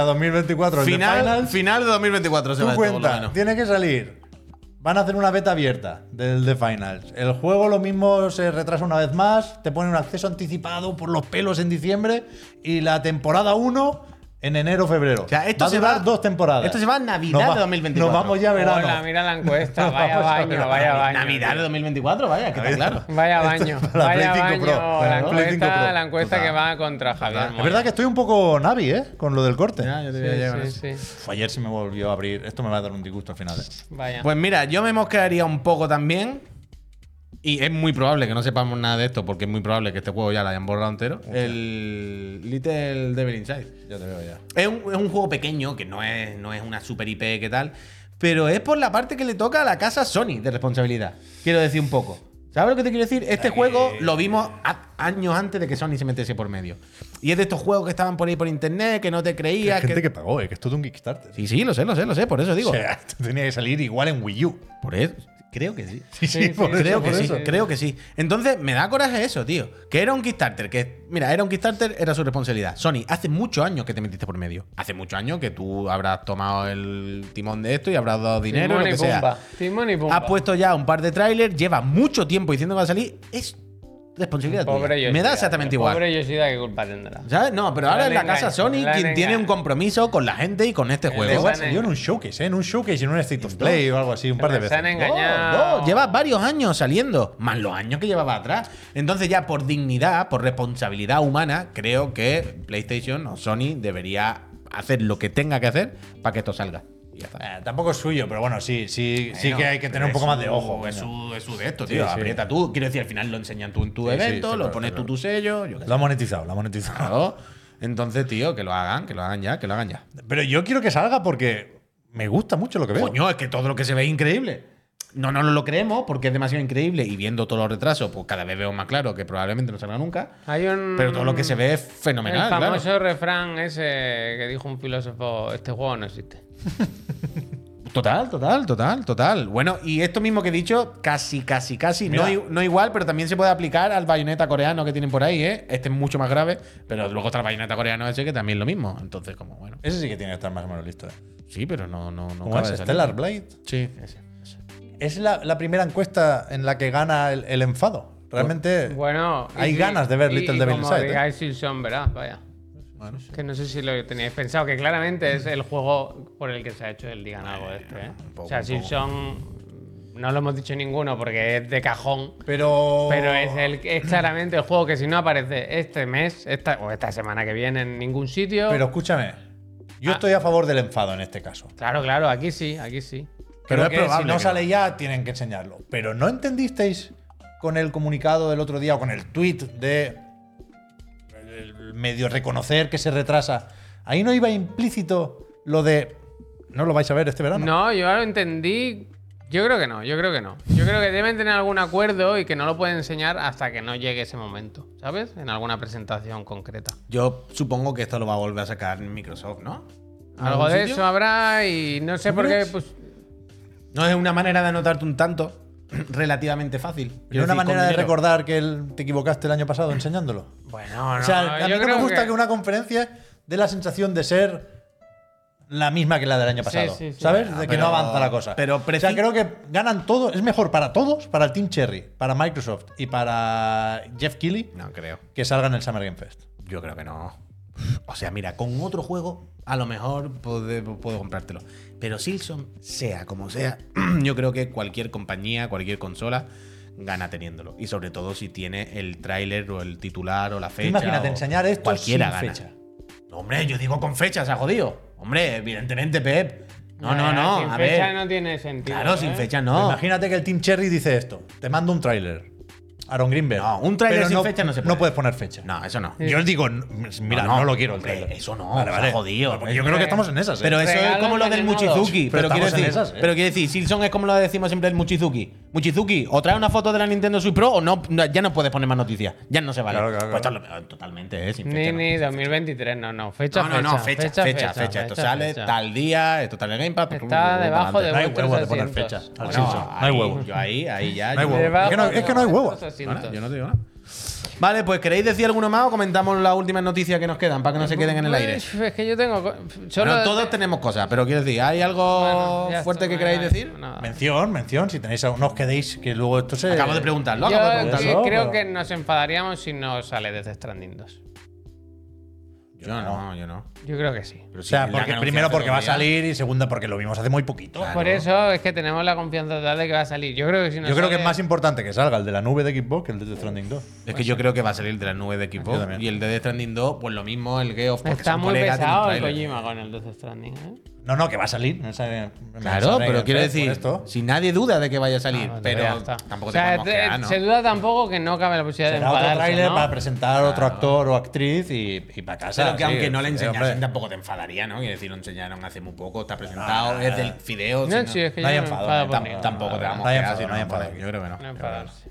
Speaker 1: 2024.
Speaker 3: a 2024. el de
Speaker 1: Final,
Speaker 3: Final,
Speaker 1: final, de 2024 se va
Speaker 3: tú
Speaker 1: esto, por lo
Speaker 3: cuenta,
Speaker 1: menos.
Speaker 3: tiene que salir. Van a hacer una beta abierta del The Finals. El juego lo mismo se retrasa una vez más, te ponen un acceso anticipado por los pelos en diciembre y la temporada 1 en enero febrero.
Speaker 1: O sea, esto
Speaker 3: va a
Speaker 1: se
Speaker 3: durar
Speaker 1: va-
Speaker 3: dos temporadas.
Speaker 1: esto se va a Navidad
Speaker 3: Nos va-
Speaker 1: de 2024.
Speaker 3: Nos vamos ya a verano.
Speaker 2: Hola, mira la
Speaker 3: [LAUGHS]
Speaker 2: encuesta, vaya
Speaker 3: Vamos a
Speaker 2: baño,
Speaker 3: ver.
Speaker 2: vaya baño.
Speaker 1: Navidad de
Speaker 2: tío.
Speaker 1: 2024, vaya, que está [LAUGHS] claro.
Speaker 2: Vaya
Speaker 3: Esto
Speaker 2: baño,
Speaker 3: es para la
Speaker 2: vaya
Speaker 3: Play
Speaker 2: baño.
Speaker 3: cinco Pro, para
Speaker 2: La
Speaker 3: la Play cinco
Speaker 2: encuesta,
Speaker 3: Pro.
Speaker 2: la encuesta que va contra Javier.
Speaker 3: Es verdad que estoy un poco navi, ¿eh? Con lo del corte.
Speaker 1: Ya, yo te voy a llevar
Speaker 2: Moya.
Speaker 1: eso.
Speaker 2: Sí, sí, sí.
Speaker 3: Uf, ayer se me volvió a abrir. Esto me va a dar un disgusto al final. ¿eh?
Speaker 2: Vaya.
Speaker 1: Pues mira, yo me mosquearía un poco también. Y es muy probable que no sepamos nada de esto, porque es muy probable que este juego ya lo hayan borrado entero. El Little Devil Inside.
Speaker 3: Ya te veo ya.
Speaker 1: Es un, es un juego pequeño, que no es, no es una super IP que tal, pero es por la parte que le toca a la casa Sony de responsabilidad. Quiero decir un poco. ¿Sabes lo que te quiero decir?
Speaker 3: Eh,
Speaker 1: Este juego lo vimos a- años antes de que Sony se metiese por medio. Y es de estos juegos que estaban por ahí por internet, que no te
Speaker 3: Hay
Speaker 1: creías.
Speaker 3: gente que...
Speaker 1: Que...
Speaker 3: pagó, ¿eh? Que es todo un Kickstarter.
Speaker 1: Sí, sí, lo sé, lo sé, lo sé, por eso digo.
Speaker 3: O sea, [LAUGHS] esto tenía que salir igual en Wii U. [LAUGHS]
Speaker 1: Por eso. Creo que sí. [LAUGHS]
Speaker 3: Sí, sí,
Speaker 2: Sí,
Speaker 3: por
Speaker 2: sí,
Speaker 3: eso,
Speaker 1: Creo
Speaker 3: por
Speaker 1: que sí,
Speaker 3: eso.
Speaker 1: creo que sí. Entonces, me da coraje eso, tío. Que era un Kickstarter, que, mira, era un Kickstarter, era su responsabilidad. Sony, hace muchos años que te metiste por medio. Hace muchos años que tú habrás tomado el timón de esto y habrás dado dinero,
Speaker 2: Timón
Speaker 1: lo
Speaker 2: y
Speaker 1: que sea.
Speaker 2: Pumba. Timón y Pumba.
Speaker 1: Has puesto ya un par de trailers, lleva mucho tiempo diciendo que va a salir. Es responsabilidad
Speaker 2: Pobre
Speaker 1: tuya.
Speaker 2: Yoshida.
Speaker 1: Me da exactamente
Speaker 2: tío.
Speaker 1: igual.
Speaker 2: Pobre Yoshida, ¿qué culpa tendrá?
Speaker 1: ¿Sabes? No, pero ahora
Speaker 2: La
Speaker 1: es la
Speaker 2: engaña,
Speaker 1: casa Sony
Speaker 2: la
Speaker 1: quien
Speaker 2: engaña.
Speaker 1: tiene un compromiso con la gente y con este
Speaker 3: Da
Speaker 1: juego.
Speaker 3: Pues igual salió en un showcase, ¿eh? En un showcase, en un State of Play o algo así, un par de
Speaker 2: Nos
Speaker 3: veces.
Speaker 2: han engañado.
Speaker 1: No, lleva varios años saliendo, más los años que llevaba atrás. Entonces ya por dignidad, por responsabilidad humana, creo que PlayStation o Sony debería hacer lo que tenga que hacer para que esto salga. Y ya está.
Speaker 3: Eh, tampoco es suyo, pero bueno, sí, sí, sí
Speaker 1: Bueno,
Speaker 3: que hay que tener un
Speaker 1: pero
Speaker 3: poco
Speaker 1: es
Speaker 3: más de
Speaker 1: su-
Speaker 3: ojo.
Speaker 1: Es
Speaker 3: coño.
Speaker 1: su, es su de esto, tío.
Speaker 3: sí.
Speaker 1: Aprieta tú. Quiero decir, al final lo enseñan tú en tu
Speaker 3: Sí, sí,
Speaker 1: evento,
Speaker 3: sí,
Speaker 1: lo
Speaker 3: claro,
Speaker 1: pones
Speaker 3: claro.
Speaker 1: tú tu sello. Yo qué sé.
Speaker 3: Lo ha monetizado, lo ha monetizado. [LAUGHS]
Speaker 1: Claro. Entonces, tío, que lo hagan, que lo hagan ya, que lo hagan ya.
Speaker 3: Pero yo quiero que salga porque me gusta mucho lo que veo.
Speaker 1: Coño, es que todo lo que se ve es increíble. no nos lo creemos porque es demasiado increíble y viendo todos los retrasos, pues cada vez veo más claro que probablemente no salga nunca.
Speaker 2: Hay un.
Speaker 1: Pero todo lo que se ve es
Speaker 2: El
Speaker 1: fenomenal, claro.
Speaker 2: famoso refrán ese que dijo un filósofo: Este juego no existe.
Speaker 1: Total, total, total, total. Bueno, y esto mismo que he dicho, casi, casi, casi. No,
Speaker 3: Mira.
Speaker 1: i- no igual, pero también se puede aplicar al bayoneta coreano que tienen por ahí, ¿eh? Este es mucho más grave, pero luego está el bayoneta coreano ese que también es lo mismo. Entonces, como, bueno.
Speaker 3: Ese sí que tiene que estar más o menos listo. ¿eh?
Speaker 1: Sí, pero no, no, no.
Speaker 3: ¿Cómo
Speaker 1: acaba
Speaker 3: es?
Speaker 1: de salir.
Speaker 3: ¿Stellar Blade?
Speaker 1: Sí, ese, ese.
Speaker 3: Es la, la primera encuesta en la que gana el, el enfado. Realmente.
Speaker 2: Bueno. y
Speaker 3: Hay
Speaker 2: sí,
Speaker 3: ganas de ver
Speaker 2: y-
Speaker 3: Little
Speaker 2: y
Speaker 3: Devil
Speaker 2: como
Speaker 3: Inside, ¿eh?
Speaker 2: digáis Silson, verás, vaya. Que no sé si lo teníais pensado, que claramente es el juego por el que se ha hecho el Digan Algo este. ¿eh?
Speaker 1: poco,
Speaker 2: o sea,
Speaker 1: un poco.
Speaker 2: Silson no lo hemos dicho ninguno porque es de cajón.
Speaker 3: Pero.
Speaker 2: Pero es, el, es claramente el juego que si no aparece este mes esta, o esta semana que viene en ningún sitio.
Speaker 3: Pero escúchame. Yo estoy a favor del enfado en este caso.
Speaker 2: claro, claro, aquí sí, aquí sí.
Speaker 3: Pero
Speaker 1: Pero es
Speaker 3: que si
Speaker 1: probable
Speaker 3: no
Speaker 1: que
Speaker 3: sale ya, tienen que enseñarlo. Pero ¿no entendisteis con el comunicado del otro día o con el tweet de el medio reconocer que se retrasa? Ahí no iba implícito lo de no lo vais a ver este verano.
Speaker 2: No, yo lo entendí. Yo creo que no, yo creo que no. Yo creo que deben tener algún acuerdo y que no lo pueden enseñar hasta que no llegue ese momento, ¿sabes? En alguna presentación concreta.
Speaker 1: Yo supongo que esto lo va a volver a sacar Microsoft, ¿no? ¿En
Speaker 2: Algo
Speaker 1: algún
Speaker 2: de
Speaker 1: sitio?
Speaker 2: eso habrá y no sé por qué, pues
Speaker 1: No es una manera de anotarte un tanto [CLEARS THROAT] relativamente fácil.
Speaker 3: Era
Speaker 1: Quiero
Speaker 3: una
Speaker 1: decir, con
Speaker 3: manera de
Speaker 1: dinero.
Speaker 3: recordar que el- te equivocaste el año pasado enseñándolo.
Speaker 2: bueno, no.
Speaker 3: o sea, a mí
Speaker 2: yo
Speaker 3: no me
Speaker 2: creo
Speaker 3: gusta que... una conferencia dé la sensación de ser la misma que la del año pasado.
Speaker 2: sí, sí.
Speaker 3: ¿Sabes?
Speaker 1: Ah,
Speaker 3: de que
Speaker 1: pero-
Speaker 3: no avanza la cosa.
Speaker 1: pero
Speaker 3: o sea,
Speaker 1: preci-
Speaker 3: creo que ganan todo. Es mejor para todos, para el Team Cherry, para Microsoft y para Jeff Keighley,
Speaker 1: No creo.
Speaker 3: que salgan el Summer Game Fest.
Speaker 1: Yo creo que no. O sea, mira, con otro juego a lo mejor puedo, puedo comprártelo. Pero Silson, sea como sea, [CLEARS THROAT] yo creo que cualquier compañía, cualquier consola gana teniéndolo. Y sobre todo si tiene el tráiler o el titular o la fecha.
Speaker 3: Imagínate
Speaker 1: o
Speaker 3: enseñar esto sin fecha.
Speaker 1: No, Hombre, yo digo con fecha, se ha jodido. Hombre, evidentemente, Pep. No, no,
Speaker 2: Ya,
Speaker 1: no.
Speaker 2: Sin
Speaker 1: a
Speaker 2: fecha
Speaker 1: ver.
Speaker 2: no tiene sentido.
Speaker 1: claro, sin
Speaker 2: ¿eh?
Speaker 1: fecha
Speaker 3: Pero
Speaker 1: no.
Speaker 3: Imagínate que el Team Cherry dice esto: te mando un tráiler. Aaron Greenberg.
Speaker 1: No, un tráiler
Speaker 3: Pero
Speaker 1: sin fecha no se puede.
Speaker 3: No puedes poner fecha.
Speaker 1: No, eso no.
Speaker 3: Yo os digo, n- mira, no, lo quiero el
Speaker 1: hombre,
Speaker 3: tráiler.
Speaker 1: Eso no,
Speaker 3: Vale,
Speaker 1: se ha
Speaker 3: vale.
Speaker 1: jodido.
Speaker 3: Porque yo creo que estamos en esas. ¿eh?
Speaker 1: Pero eso es
Speaker 2: Regalo
Speaker 1: como lo del
Speaker 2: envenenado.
Speaker 1: Muchizuki.
Speaker 3: Pero
Speaker 1: Pero, quiero
Speaker 3: estamos en
Speaker 1: decir,
Speaker 3: esas, ¿eh?
Speaker 1: pero quiero decir, Silson es como lo decimos siempre el Muchizuki. Muchizuki, o trae una foto de la Nintendo Switch Pro o no, no- ya no puedes poner más noticias. Ya no se vale.
Speaker 3: Claro, claro,
Speaker 1: Pues
Speaker 3: claro.
Speaker 1: esto lo- totalmente, ¿eh? Sin
Speaker 2: Ni,
Speaker 1: fecha,
Speaker 2: ni
Speaker 1: no.
Speaker 2: 2023, no, no. Fecha,
Speaker 1: no, no, no, fecha, fecha, fecha, Esto sale
Speaker 2: fecha.
Speaker 1: tal día, esto tal game, pa, pa,
Speaker 2: Está
Speaker 1: pa,
Speaker 2: debajo
Speaker 1: pa,
Speaker 2: de
Speaker 3: No hay
Speaker 2: vuestros
Speaker 3: huevo de poner
Speaker 2: asientos.
Speaker 3: fecha. al
Speaker 1: Bueno,
Speaker 3: Simpson. No hay
Speaker 1: ahí,
Speaker 3: huevo.
Speaker 1: Yo ahí, ahí [LAUGHS] ya.
Speaker 3: No hay
Speaker 1: yo-
Speaker 3: huevo. Es que no-
Speaker 2: Debajo
Speaker 3: es que no hay
Speaker 2: de
Speaker 3: huevo.
Speaker 2: vuestros asientos.
Speaker 1: Vale, yo no te digo nada. Vale, pues queréis decir alguno más o comentamos las últimas noticias que nos quedan para que no se queden en el aire.
Speaker 2: Eh, Pues, Es que yo tengo. co- Solo
Speaker 1: Bueno, todos tenemos cosas, pero quiero decir, ¿hay algo
Speaker 2: Bueno, ya
Speaker 1: fuerte
Speaker 2: está,
Speaker 1: que
Speaker 2: no hay
Speaker 1: queráis
Speaker 2: nada,
Speaker 1: decir?
Speaker 2: nada.
Speaker 3: Mención, mención, si tenéis algo, no os quedéis, que luego esto se.
Speaker 1: Acabo de preguntarlo, acabo de
Speaker 2: Yo
Speaker 1: preguntarlo.
Speaker 2: que-
Speaker 3: no,
Speaker 2: creo
Speaker 3: pero-
Speaker 2: que nos enfadaríamos si no sale desde Stranding 2.
Speaker 1: Yo no, yo no.
Speaker 2: Yo creo que sí.
Speaker 1: Pero
Speaker 3: O
Speaker 1: sí,
Speaker 3: sea,
Speaker 1: la
Speaker 3: porque,
Speaker 1: que ¿eh?
Speaker 3: primero
Speaker 1: anunciaste
Speaker 3: porque va a
Speaker 1: todavía.
Speaker 3: salir y segunda porque lo vimos hace muy poquito.
Speaker 1: Claro.
Speaker 2: Por eso es que tenemos la confianza total de que va a salir. Yo creo que si no
Speaker 3: Yo creo que es
Speaker 2: sale-
Speaker 3: más importante que salga el de la nube de Xbox que el de Death Stranding 2.
Speaker 1: Es que yo creo que va a salir de la nube de equipo.
Speaker 3: Yo también.
Speaker 1: Y el de Death Stranding 2, pues lo mismo, el Geoff. porque
Speaker 2: Está
Speaker 1: son
Speaker 2: muy
Speaker 1: colegas, tienen
Speaker 2: pesado el
Speaker 1: trailer.
Speaker 2: Kojima con el Death Stranding, ¿eh?
Speaker 3: No, no, que va a salir. no sale- no
Speaker 1: Claro,
Speaker 3: sale
Speaker 1: pero
Speaker 3: en
Speaker 1: quiero
Speaker 3: el Fest
Speaker 1: decir,
Speaker 3: por esto.
Speaker 1: si nadie duda de que vaya a salir,
Speaker 2: Ah,
Speaker 1: pero
Speaker 2: ya está.
Speaker 1: tampoco
Speaker 2: O sea,
Speaker 1: te podemos quedar, ¿no?
Speaker 2: Se duda tampoco que no cabe la posibilidad
Speaker 3: Será
Speaker 2: de
Speaker 3: otro
Speaker 2: enfadarse,
Speaker 3: tráiler
Speaker 2: ¿no?
Speaker 3: para presentar otro actor o actriz y, y para casa.
Speaker 1: Pero que
Speaker 3: sí,
Speaker 1: aunque no le
Speaker 3: sí,
Speaker 1: enseñasen,
Speaker 3: hombre.
Speaker 1: tampoco te enfadaría, ¿no? Quiero decir, lo enseñaron hace muy poco, está presentado, es del fideo. si
Speaker 2: No, sí, es que
Speaker 3: No hay
Speaker 2: yo no me
Speaker 3: enfado,
Speaker 2: enfado
Speaker 3: no,
Speaker 2: por
Speaker 3: tam-
Speaker 2: ningún-
Speaker 1: ¿eh? Tampoco te vamos
Speaker 3: No
Speaker 1: a
Speaker 3: hay
Speaker 1: quedar,
Speaker 3: enfado,
Speaker 1: si Ah. no
Speaker 3: no hay
Speaker 1: vamos a
Speaker 3: enfado.
Speaker 1: Yo creo que no.
Speaker 2: No
Speaker 1: Yo creo que
Speaker 2: enfadarse.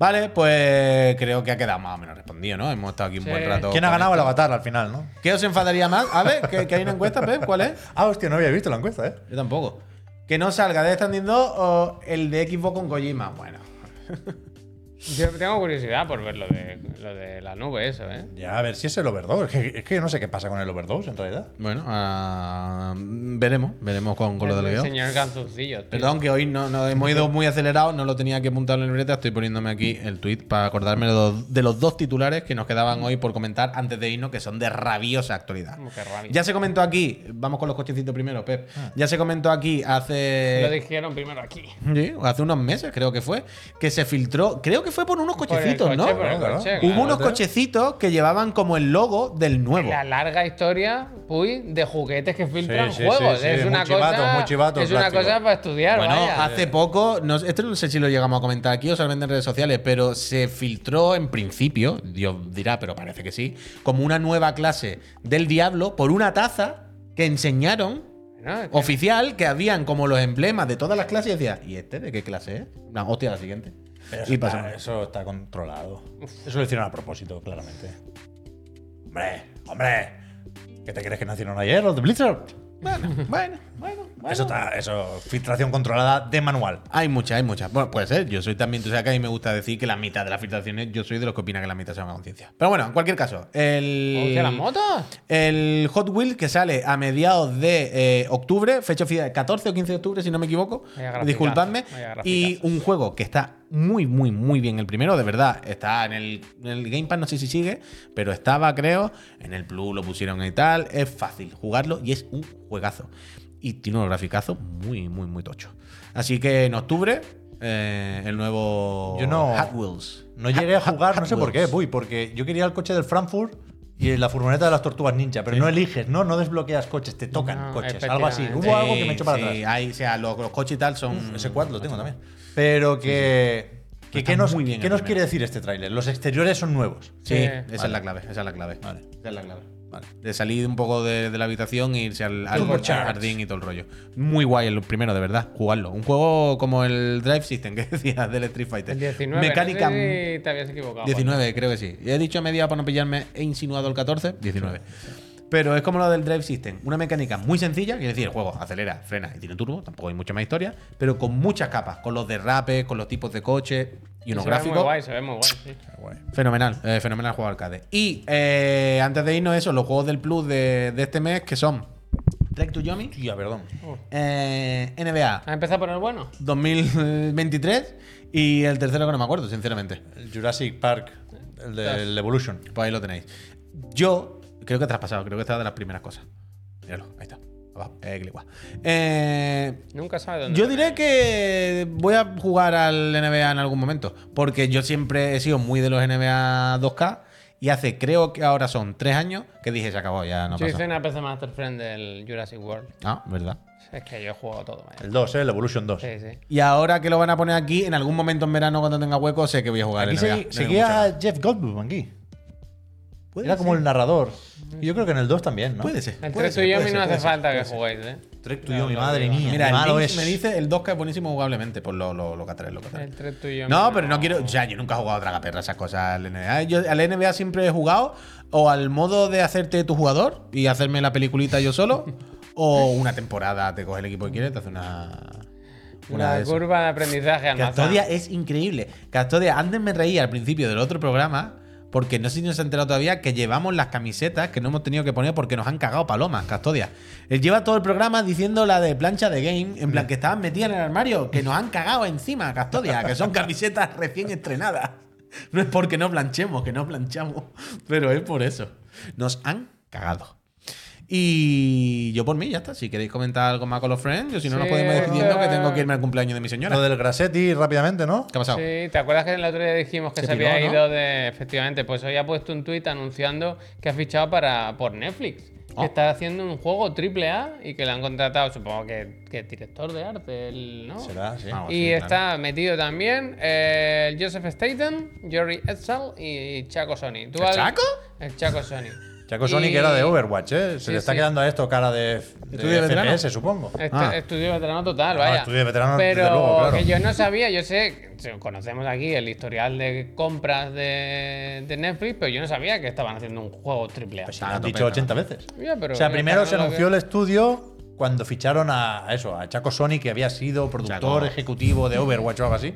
Speaker 1: Vale, pues creo que ha quedado más o menos respondido, ¿no? Hemos estado aquí un
Speaker 2: Sí.
Speaker 1: buen rato.
Speaker 3: ¿Quién ha
Speaker 1: con
Speaker 3: ganado el
Speaker 1: esto.
Speaker 3: avatar al final, no?
Speaker 1: ¿Qué os enfadaría más? A ver, que, que hay una encuesta, Pep, ¿cuál es?
Speaker 3: Ah, hostia, no había visto la encuesta, ¿eh?
Speaker 1: Yo tampoco. Que no salga de Standing 2 o el de Xbox con Kojima. Bueno.
Speaker 2: Yo tengo curiosidad por ver lo de, lo de la nube, eso, ¿eh?
Speaker 3: Ya, a ver si es el overdose. Es que, es que yo no sé qué pasa con el overdose en realidad.
Speaker 1: Bueno, ah, veremos. Veremos con, con lo del
Speaker 2: el
Speaker 1: guión.
Speaker 2: señor Ganzucillo. tío.
Speaker 1: Perdón, que hoy no, no hemos ido muy acelerado, no lo tenía que apuntar en la libreta. Estoy poniéndome aquí el tweet para acordarme de los, de los dos titulares que nos quedaban hoy por comentar antes de irnos, que son de rabiosa actualidad.
Speaker 2: Como que rabia.
Speaker 1: Ya se comentó aquí, vamos con los cochecitos primero, Pep. Ya se comentó aquí hace.
Speaker 2: Ah. Lo dijeron primero aquí.
Speaker 1: Sí, hace unos meses creo que fue, que se filtró, creo que fue por unos
Speaker 2: Por el
Speaker 1: cochecitos,
Speaker 2: coche,
Speaker 1: ¿no?
Speaker 2: por el
Speaker 3: Claro,
Speaker 2: coche,
Speaker 1: Hubo
Speaker 2: claro.
Speaker 1: unos cochecitos que llevaban como el logo del nuevo.
Speaker 2: La larga historia, uy, de juguetes que filtran
Speaker 3: Sí, sí,
Speaker 2: juegos.
Speaker 3: sí, sí,
Speaker 2: es
Speaker 3: muy
Speaker 2: una
Speaker 3: chivato,
Speaker 2: cosa.
Speaker 3: muy chivato,
Speaker 2: es una
Speaker 3: plástico.
Speaker 2: cosa para estudiar,
Speaker 1: Bueno,
Speaker 2: vaya.
Speaker 1: hace poco, no, esto no sé si lo llegamos a comentar aquí o solamente en redes sociales, pero se filtró en principio, Dios dirá, pero parece que sí, como una nueva clase del diablo por una taza que enseñaron
Speaker 2: No, es que-
Speaker 1: oficial que habían como los emblemas de todas las clases y decía, ¿y este de qué clase es? Una hostia, la siguiente.
Speaker 3: Pero eso,
Speaker 1: Y pasó.
Speaker 3: está, eh. eso está controlado. Eso lo hicieron a propósito, claramente. Hombre, hombre. ¿Qué te crees que nacieron ayer los de Blizzard? [LAUGHS]
Speaker 1: Bueno, bueno, bueno, bueno.
Speaker 3: Eso está, eso, filtración controlada de manual.
Speaker 1: Hay muchas, hay muchas. Bueno, puede ser. Yo soy también, tú sabes que a mí me gusta decir que la mitad de las filtraciones, yo soy de los que opina que la mitad se llama conciencia. Pero bueno, en cualquier caso, el.
Speaker 2: ¿Hostia, las motos?
Speaker 1: El Hot Wheels que sale a mediados de eh, octubre, fecha oficial 14 o 15 de octubre, si no me equivoco.
Speaker 2: Vaya graficazo,
Speaker 1: Disculpadme.
Speaker 2: vaya graficazo.
Speaker 1: Y un juego que está muy, muy, muy bien. El primero, de verdad, está en el, en el Game Pass, no sé si sigue, pero estaba, creo, en el Plus lo pusieron y tal. Es fácil jugarlo y es un juegazo. Y tiene unos graficazos muy, muy, muy tochos. Así que en octubre, eh, el nuevo
Speaker 3: Yo no-
Speaker 1: Hot Wheels.
Speaker 3: No llegué a
Speaker 1: Hot-
Speaker 3: jugar, no
Speaker 1: Hot
Speaker 3: sé por qué,
Speaker 1: Wheels.
Speaker 3: uy, porque yo quería el coche del Frankfurt y la furgoneta de las tortugas ninja, pero no eliges, no, no desbloqueas coches, te tocan
Speaker 2: No,
Speaker 3: coches, algo así.
Speaker 2: efectivamente.
Speaker 3: Hubo algo que me echó para
Speaker 1: Sí,
Speaker 3: atrás.
Speaker 1: sí, Mm. hay- o sea, los, los coches y tal son.
Speaker 3: Ese quad lo tengo también. Pero que. que
Speaker 1: Está
Speaker 3: ¿Qué nos,
Speaker 1: muy bien
Speaker 3: qué
Speaker 1: el
Speaker 3: nos
Speaker 1: primero.
Speaker 3: quiere decir este tráiler? Los exteriores son nuevos.
Speaker 1: Sí,
Speaker 2: Sí.
Speaker 1: esa
Speaker 3: Vale.
Speaker 1: es la clave, esa es la clave.
Speaker 3: Vale.
Speaker 1: Esa es la clave. De salir un poco de, de la habitación e irse al, al-
Speaker 3: Turbo
Speaker 1: al
Speaker 3: Charge.
Speaker 1: jardín y todo el rollo. Muy guay el primero, de verdad, jugarlo. Un juego como el Drive System [LAUGHS] que decías del Street Fighter.
Speaker 2: El 19.
Speaker 1: Mecánica
Speaker 2: no sé si te habías equivocado.
Speaker 1: 19, creo que sí. He dicho a media para no pillarme, he insinuado el 14, 19. Pero es como lo del Drive System, una mecánica muy sencilla, es decir, el juego acelera, frena y tiene turbo, tampoco hay mucha más historia, pero con muchas capas, con los derrapes, con los tipos de coche y
Speaker 2: Y
Speaker 1: unos
Speaker 2: se Ve
Speaker 1: gráficos
Speaker 2: muy guay, se ve muy guay. sí.
Speaker 1: Fenomenal, eh, fenomenal juego arcade. Y eh, antes de irnos, eso, los juegos del Plus de, de este mes que son Trek to Yomi,
Speaker 3: Tía, perdón.
Speaker 1: eh, NBA
Speaker 2: ¿Has empezado por el bueno?
Speaker 1: 2023 y el tercero que no me acuerdo, sinceramente.
Speaker 3: El Jurassic Park, el de el Evolution.
Speaker 1: Pues ahí lo tenéis. Yo creo que traspasado, creo que esta es de las primeras cosas. Míralo, ahí está. Abajo, eh, clic, guau. Eh,
Speaker 2: Nunca sabes dónde.
Speaker 1: Yo diré que voy a jugar al NBA en algún momento, porque yo siempre he sido muy de los NBA 2K y hace, creo que ahora son tres años, que dije, se acabó, ya no
Speaker 2: Yo
Speaker 1: pasa.
Speaker 2: hice una PC Master Friend del Jurassic World.
Speaker 1: Ah, verdad.
Speaker 2: Es que yo he jugado todo, macho.
Speaker 3: El 2, ¿eh? El Evolution 2.
Speaker 2: Sí, sí.
Speaker 1: Y ahora que lo van a poner aquí, en algún momento en verano cuando tenga hueco, sé que voy a jugar
Speaker 3: Aquí
Speaker 1: al NBA. No
Speaker 3: segui-
Speaker 1: tengo mucha
Speaker 3: seguía
Speaker 1: ganas.
Speaker 3: Jeff Goldblum aquí. Era como el narrador. Y yo creo que en el 2 también, ¿no?
Speaker 1: Puede ser.
Speaker 2: Entre
Speaker 1: puede
Speaker 2: tú
Speaker 1: ser,
Speaker 2: y yo
Speaker 1: puede
Speaker 2: a mí
Speaker 1: ser,
Speaker 2: no
Speaker 1: puede
Speaker 2: hace
Speaker 1: ser.
Speaker 2: falta que juguéis, ¿eh?
Speaker 3: Trek
Speaker 2: No,
Speaker 3: tuyo, mi
Speaker 2: no,
Speaker 3: madre
Speaker 2: no.
Speaker 3: mía.
Speaker 1: Mira,
Speaker 3: qué
Speaker 1: el
Speaker 3: malo
Speaker 1: Lynx
Speaker 3: es.
Speaker 1: me dice el 2K es buenísimo jugablemente, por lo, lo, lo que atrae, lo que atrae.
Speaker 2: Entre tú y yo. a mí
Speaker 1: No, pero no quiero. Ya, yo nunca he jugado a Draga Perra, esas cosas al NBA. Ah, Yo al NBA siempre he jugado o al modo de hacerte tu jugador y hacerme la peliculita yo solo, [LAUGHS] o una temporada, te coge el equipo que quieres, te hace una. Una de
Speaker 2: Una
Speaker 1: esas.
Speaker 2: curva de aprendizaje al
Speaker 1: Castodia es increíble. Castodia, antes me reía al principio del otro programa. Porque no sé si nos han enterado todavía que llevamos las camisetas que no hemos tenido que poner porque nos han cagado palomas, Castodia. Él lleva todo el programa diciendo la de plancha de game, en plan que estaban metidas en el armario, que nos han cagado encima, Castodia, que son camisetas [LAUGHS] recién estrenadas. No es porque no planchemos, que no planchamos, pero es por eso. Nos han cagado. Y yo por mí, ya está. Si queréis comentar algo más con los friends, yo si no nos
Speaker 2: Sí,
Speaker 1: podemos ir despidiendo que
Speaker 2: eh.
Speaker 1: tengo que irme al cumpleaños de mi señora.
Speaker 3: Lo del Grassetti rápidamente, ¿no?
Speaker 1: ¿Qué ha pasado?
Speaker 2: Sí, ¿te acuerdas que el otro día dijimos que
Speaker 1: Se
Speaker 2: se,
Speaker 1: piró,
Speaker 2: había
Speaker 1: ¿no?
Speaker 2: ido de. Efectivamente, pues hoy ha puesto un tuit anunciando que ha fichado para por Netflix.
Speaker 1: Oh.
Speaker 2: Que está haciendo un juego triple A y que le han contratado, supongo que, que director de arte, el- ¿no?
Speaker 3: Será, sí.
Speaker 1: Ah, bueno.
Speaker 2: Y
Speaker 1: sí, claro.
Speaker 2: está metido también eh, Joseph Statham, Jerry Edsall y Chaco Sony. ¿Tú
Speaker 1: ¿El
Speaker 2: al-
Speaker 1: Chaco?
Speaker 2: El Chaco Sony.
Speaker 3: Chaco
Speaker 2: Y-
Speaker 3: Sonic era de Overwatch, ¿eh? Se
Speaker 2: Sí,
Speaker 3: le está
Speaker 2: sí.
Speaker 3: quedando a esto cara de, de
Speaker 1: ¿Estudio de veterano?
Speaker 3: FPS, supongo.
Speaker 2: Este-
Speaker 1: Ah.
Speaker 2: Estudio veterano total,
Speaker 3: No,
Speaker 2: vaya.
Speaker 3: Ah, estudio de veterano, desde
Speaker 2: Pero
Speaker 3: luego, claro.
Speaker 2: que yo no sabía, yo sé, conocemos aquí el historial de compras de, de Netflix, pero yo no sabía que estaban haciendo un juego triple A.
Speaker 3: Pues sí, lo
Speaker 1: Ah,
Speaker 3: han
Speaker 1: tope,
Speaker 3: dicho
Speaker 1: claro.
Speaker 3: 80 veces.
Speaker 2: Ya, pero
Speaker 3: o sea,
Speaker 2: ya
Speaker 3: primero
Speaker 2: está,
Speaker 3: se
Speaker 2: ¿no?
Speaker 3: anunció el estudio cuando ficharon a a eso, a Chaco Sony, que había sido productor
Speaker 1: Chaco.
Speaker 3: ejecutivo de Overwatch o algo así.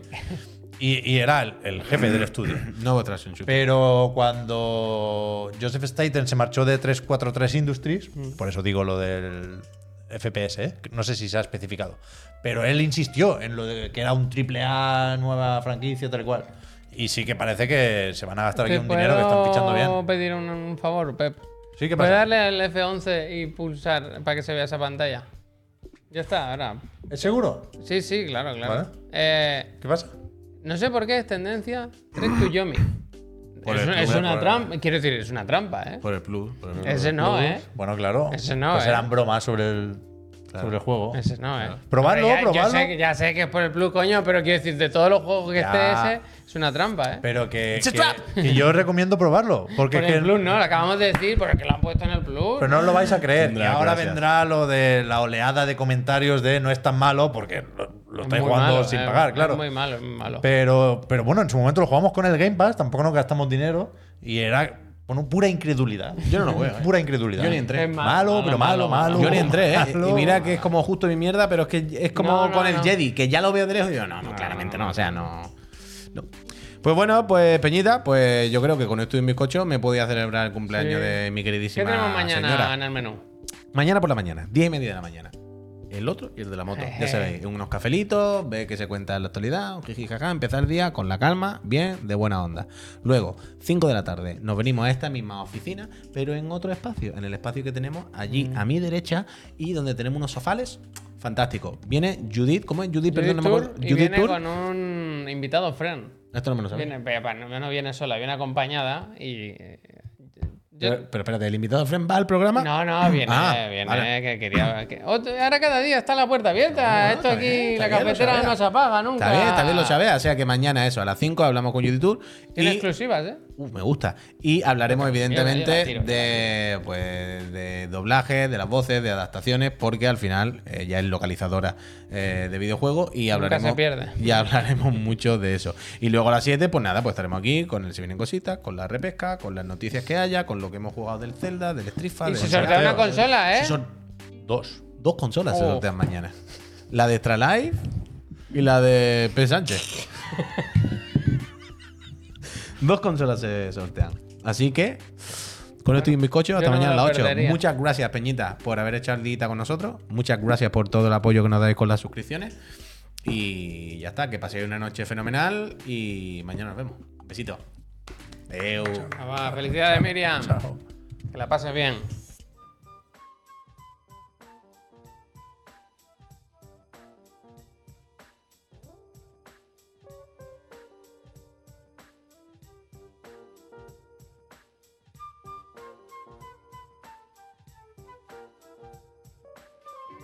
Speaker 3: Y, y era el, el jefe del estudio.
Speaker 1: Nuevo Trash and Shoot.
Speaker 3: Pero cuando Joseph Staten se marchó de 343 Industries,
Speaker 2: Mm.
Speaker 3: por eso digo lo del FPS, ¿eh? no sé si se ha especificado, pero él insistió en lo de que era un triple A, nueva franquicia, tal cual. Y sí que parece que se van a gastar aquí
Speaker 2: ¿Te
Speaker 3: un dinero que están pichando
Speaker 2: puedo
Speaker 3: bien.
Speaker 2: pedir un, un favor, Pep?
Speaker 3: Sí, ¿qué
Speaker 2: ¿Puedes
Speaker 3: pasa?
Speaker 2: darle al F11 y pulsar para que se vea esa pantalla? Ya está, ahora.
Speaker 3: ¿Es seguro?
Speaker 2: Sí, sí, claro, claro.
Speaker 3: Vale.
Speaker 2: Eh,
Speaker 3: ¿Qué pasa?
Speaker 2: no sé por qué es tendencia Trek to Yomi.
Speaker 1: Por
Speaker 2: Es,
Speaker 3: Pues
Speaker 1: el
Speaker 2: una- es
Speaker 1: club,
Speaker 2: una
Speaker 1: por el-
Speaker 2: trampa, quiero decir, es una trampa, ¿eh?
Speaker 1: Por el plus. por el plus.
Speaker 2: Ese no, ¿eh?
Speaker 3: Bueno, claro.
Speaker 2: Ese no,
Speaker 3: pues
Speaker 2: ¿eh?
Speaker 3: eran bromas sobre el. sobre el juego.
Speaker 2: Ese no, eh.
Speaker 3: Probadlo,
Speaker 2: Hombre, ya,
Speaker 3: probadlo.
Speaker 2: Ya sé, que- ya sé que es por el plus, coño, pero quiero decir, de todos los juegos que
Speaker 3: Ya.
Speaker 2: esté ese, es una trampa, eh.
Speaker 3: Pero que,
Speaker 4: It's a
Speaker 3: que-
Speaker 4: trap.
Speaker 3: que yo recomiendo probarlo. Porque
Speaker 2: por
Speaker 3: es que
Speaker 2: el plus, ¿no? Lo acabamos de decir, porque lo han puesto en el plus.
Speaker 3: Pero no os lo vais a creer.
Speaker 1: Tendrá,
Speaker 3: y ahora
Speaker 1: gracias.
Speaker 3: vendrá lo de la oleada de comentarios de no es tan malo porque lo, lo
Speaker 2: Es
Speaker 3: estáis
Speaker 2: muy
Speaker 3: jugando
Speaker 2: malo,
Speaker 3: sin
Speaker 2: eh,
Speaker 3: pagar,
Speaker 2: es
Speaker 3: claro.
Speaker 2: muy malo, es muy malo.
Speaker 3: Pero, pero bueno, en su momento lo jugamos con el Game Pass, tampoco nos gastamos dinero y era bueno, pura incredulidad.
Speaker 1: Yo no lo veo, eh.
Speaker 3: Pura incredulidad.
Speaker 1: Yo ni entré.
Speaker 2: Es
Speaker 3: Malo, pero malo, malo.
Speaker 1: Yo ni entré, ¿eh?
Speaker 3: Malo.
Speaker 1: Y mira que es como justo mi mierda, pero es que es como
Speaker 2: No, no,
Speaker 1: con el
Speaker 2: no.
Speaker 1: Jedi, que ya lo veo de lejos y digo, no, no, claramente no, o sea, no. no. Pues bueno, pues Peñita, pues yo creo que con esto y mis cochos me podía celebrar el cumpleaños
Speaker 2: Sí.
Speaker 1: de mi
Speaker 2: ¿Qué
Speaker 1: queridísima
Speaker 2: tenemos mañana
Speaker 1: señora.
Speaker 2: en el menú?
Speaker 1: Mañana por la mañana, 10 y media de la mañana. El otro y el de la moto. Ya sabéis, unos cafelitos, ve que se cuenta la actualidad, jiji, jaja, empezar el día con la calma, bien, de buena onda. Luego, 5 de la tarde, nos venimos a esta misma oficina, pero en otro espacio, en el espacio que tenemos allí
Speaker 2: Mm.
Speaker 1: a mi derecha y donde tenemos unos sofales fantásticos. Viene Judith, ¿cómo es Judith? Perdón,
Speaker 2: Judith
Speaker 1: no me acuerdo.
Speaker 2: Tour, y viene con un invitado, Fran.
Speaker 1: Esto no me lo sabía.
Speaker 2: Viene, pero, pero no no viene sola, viene acompañada y. eh, yo-
Speaker 1: Pero, pero espérate, ¿el invitado Fren va al programa?
Speaker 2: no, no, viene,
Speaker 1: Ah,
Speaker 2: viene,
Speaker 1: vale.
Speaker 2: que quería. que- Otro- ahora cada día está la puerta abierta. Esto
Speaker 1: está
Speaker 2: aquí,
Speaker 1: bien, está
Speaker 2: la
Speaker 1: bien, lo
Speaker 2: cafetera
Speaker 1: sabía.
Speaker 2: no se apaga nunca.
Speaker 1: Está bien, está bien, lo sabes. O sea que mañana eso, a las 5 hablamos con Judith Tour.
Speaker 2: Tiene
Speaker 1: y-
Speaker 2: exclusivas, ¿eh?
Speaker 1: Uh, me gusta. Y hablaremos,
Speaker 2: yo
Speaker 1: evidentemente,
Speaker 2: la tiro, yo la
Speaker 1: de, pues, de doblaje, de las voces, de adaptaciones, porque al final eh, ya es localizadora eh, de videojuegos y hablaremos.
Speaker 2: se pierde.
Speaker 1: Y hablaremos mucho de eso. Y luego a las 7, pues nada, pues estaremos aquí con el Si Vienen Cositas, con la repesca, con las noticias que haya, con lo que hemos jugado del Zelda, del Street Fighter.
Speaker 2: Y se
Speaker 1: del
Speaker 2: sortea
Speaker 1: Sagateo.
Speaker 2: una consola, ¿eh?
Speaker 1: Se sor- dos. Dos consolas se
Speaker 2: Oh.
Speaker 1: sortean mañana. La de Tralife y la de P. Sánchez. [LAUGHS] dos consolas se sortean. Así que, con esto y mis coches, hasta
Speaker 2: yo no me
Speaker 1: mañana a las
Speaker 2: lo
Speaker 1: 8.
Speaker 2: perdería.
Speaker 1: Muchas gracias, Peñita, por haber echado el dita con nosotros. Muchas gracias por todo el apoyo que nos dais con las suscripciones. Y ya está, que paséis una noche fenomenal y mañana nos vemos. Besitos. Adeu.
Speaker 2: Ah, va, Felicidades, Miriam. Que la pases bien.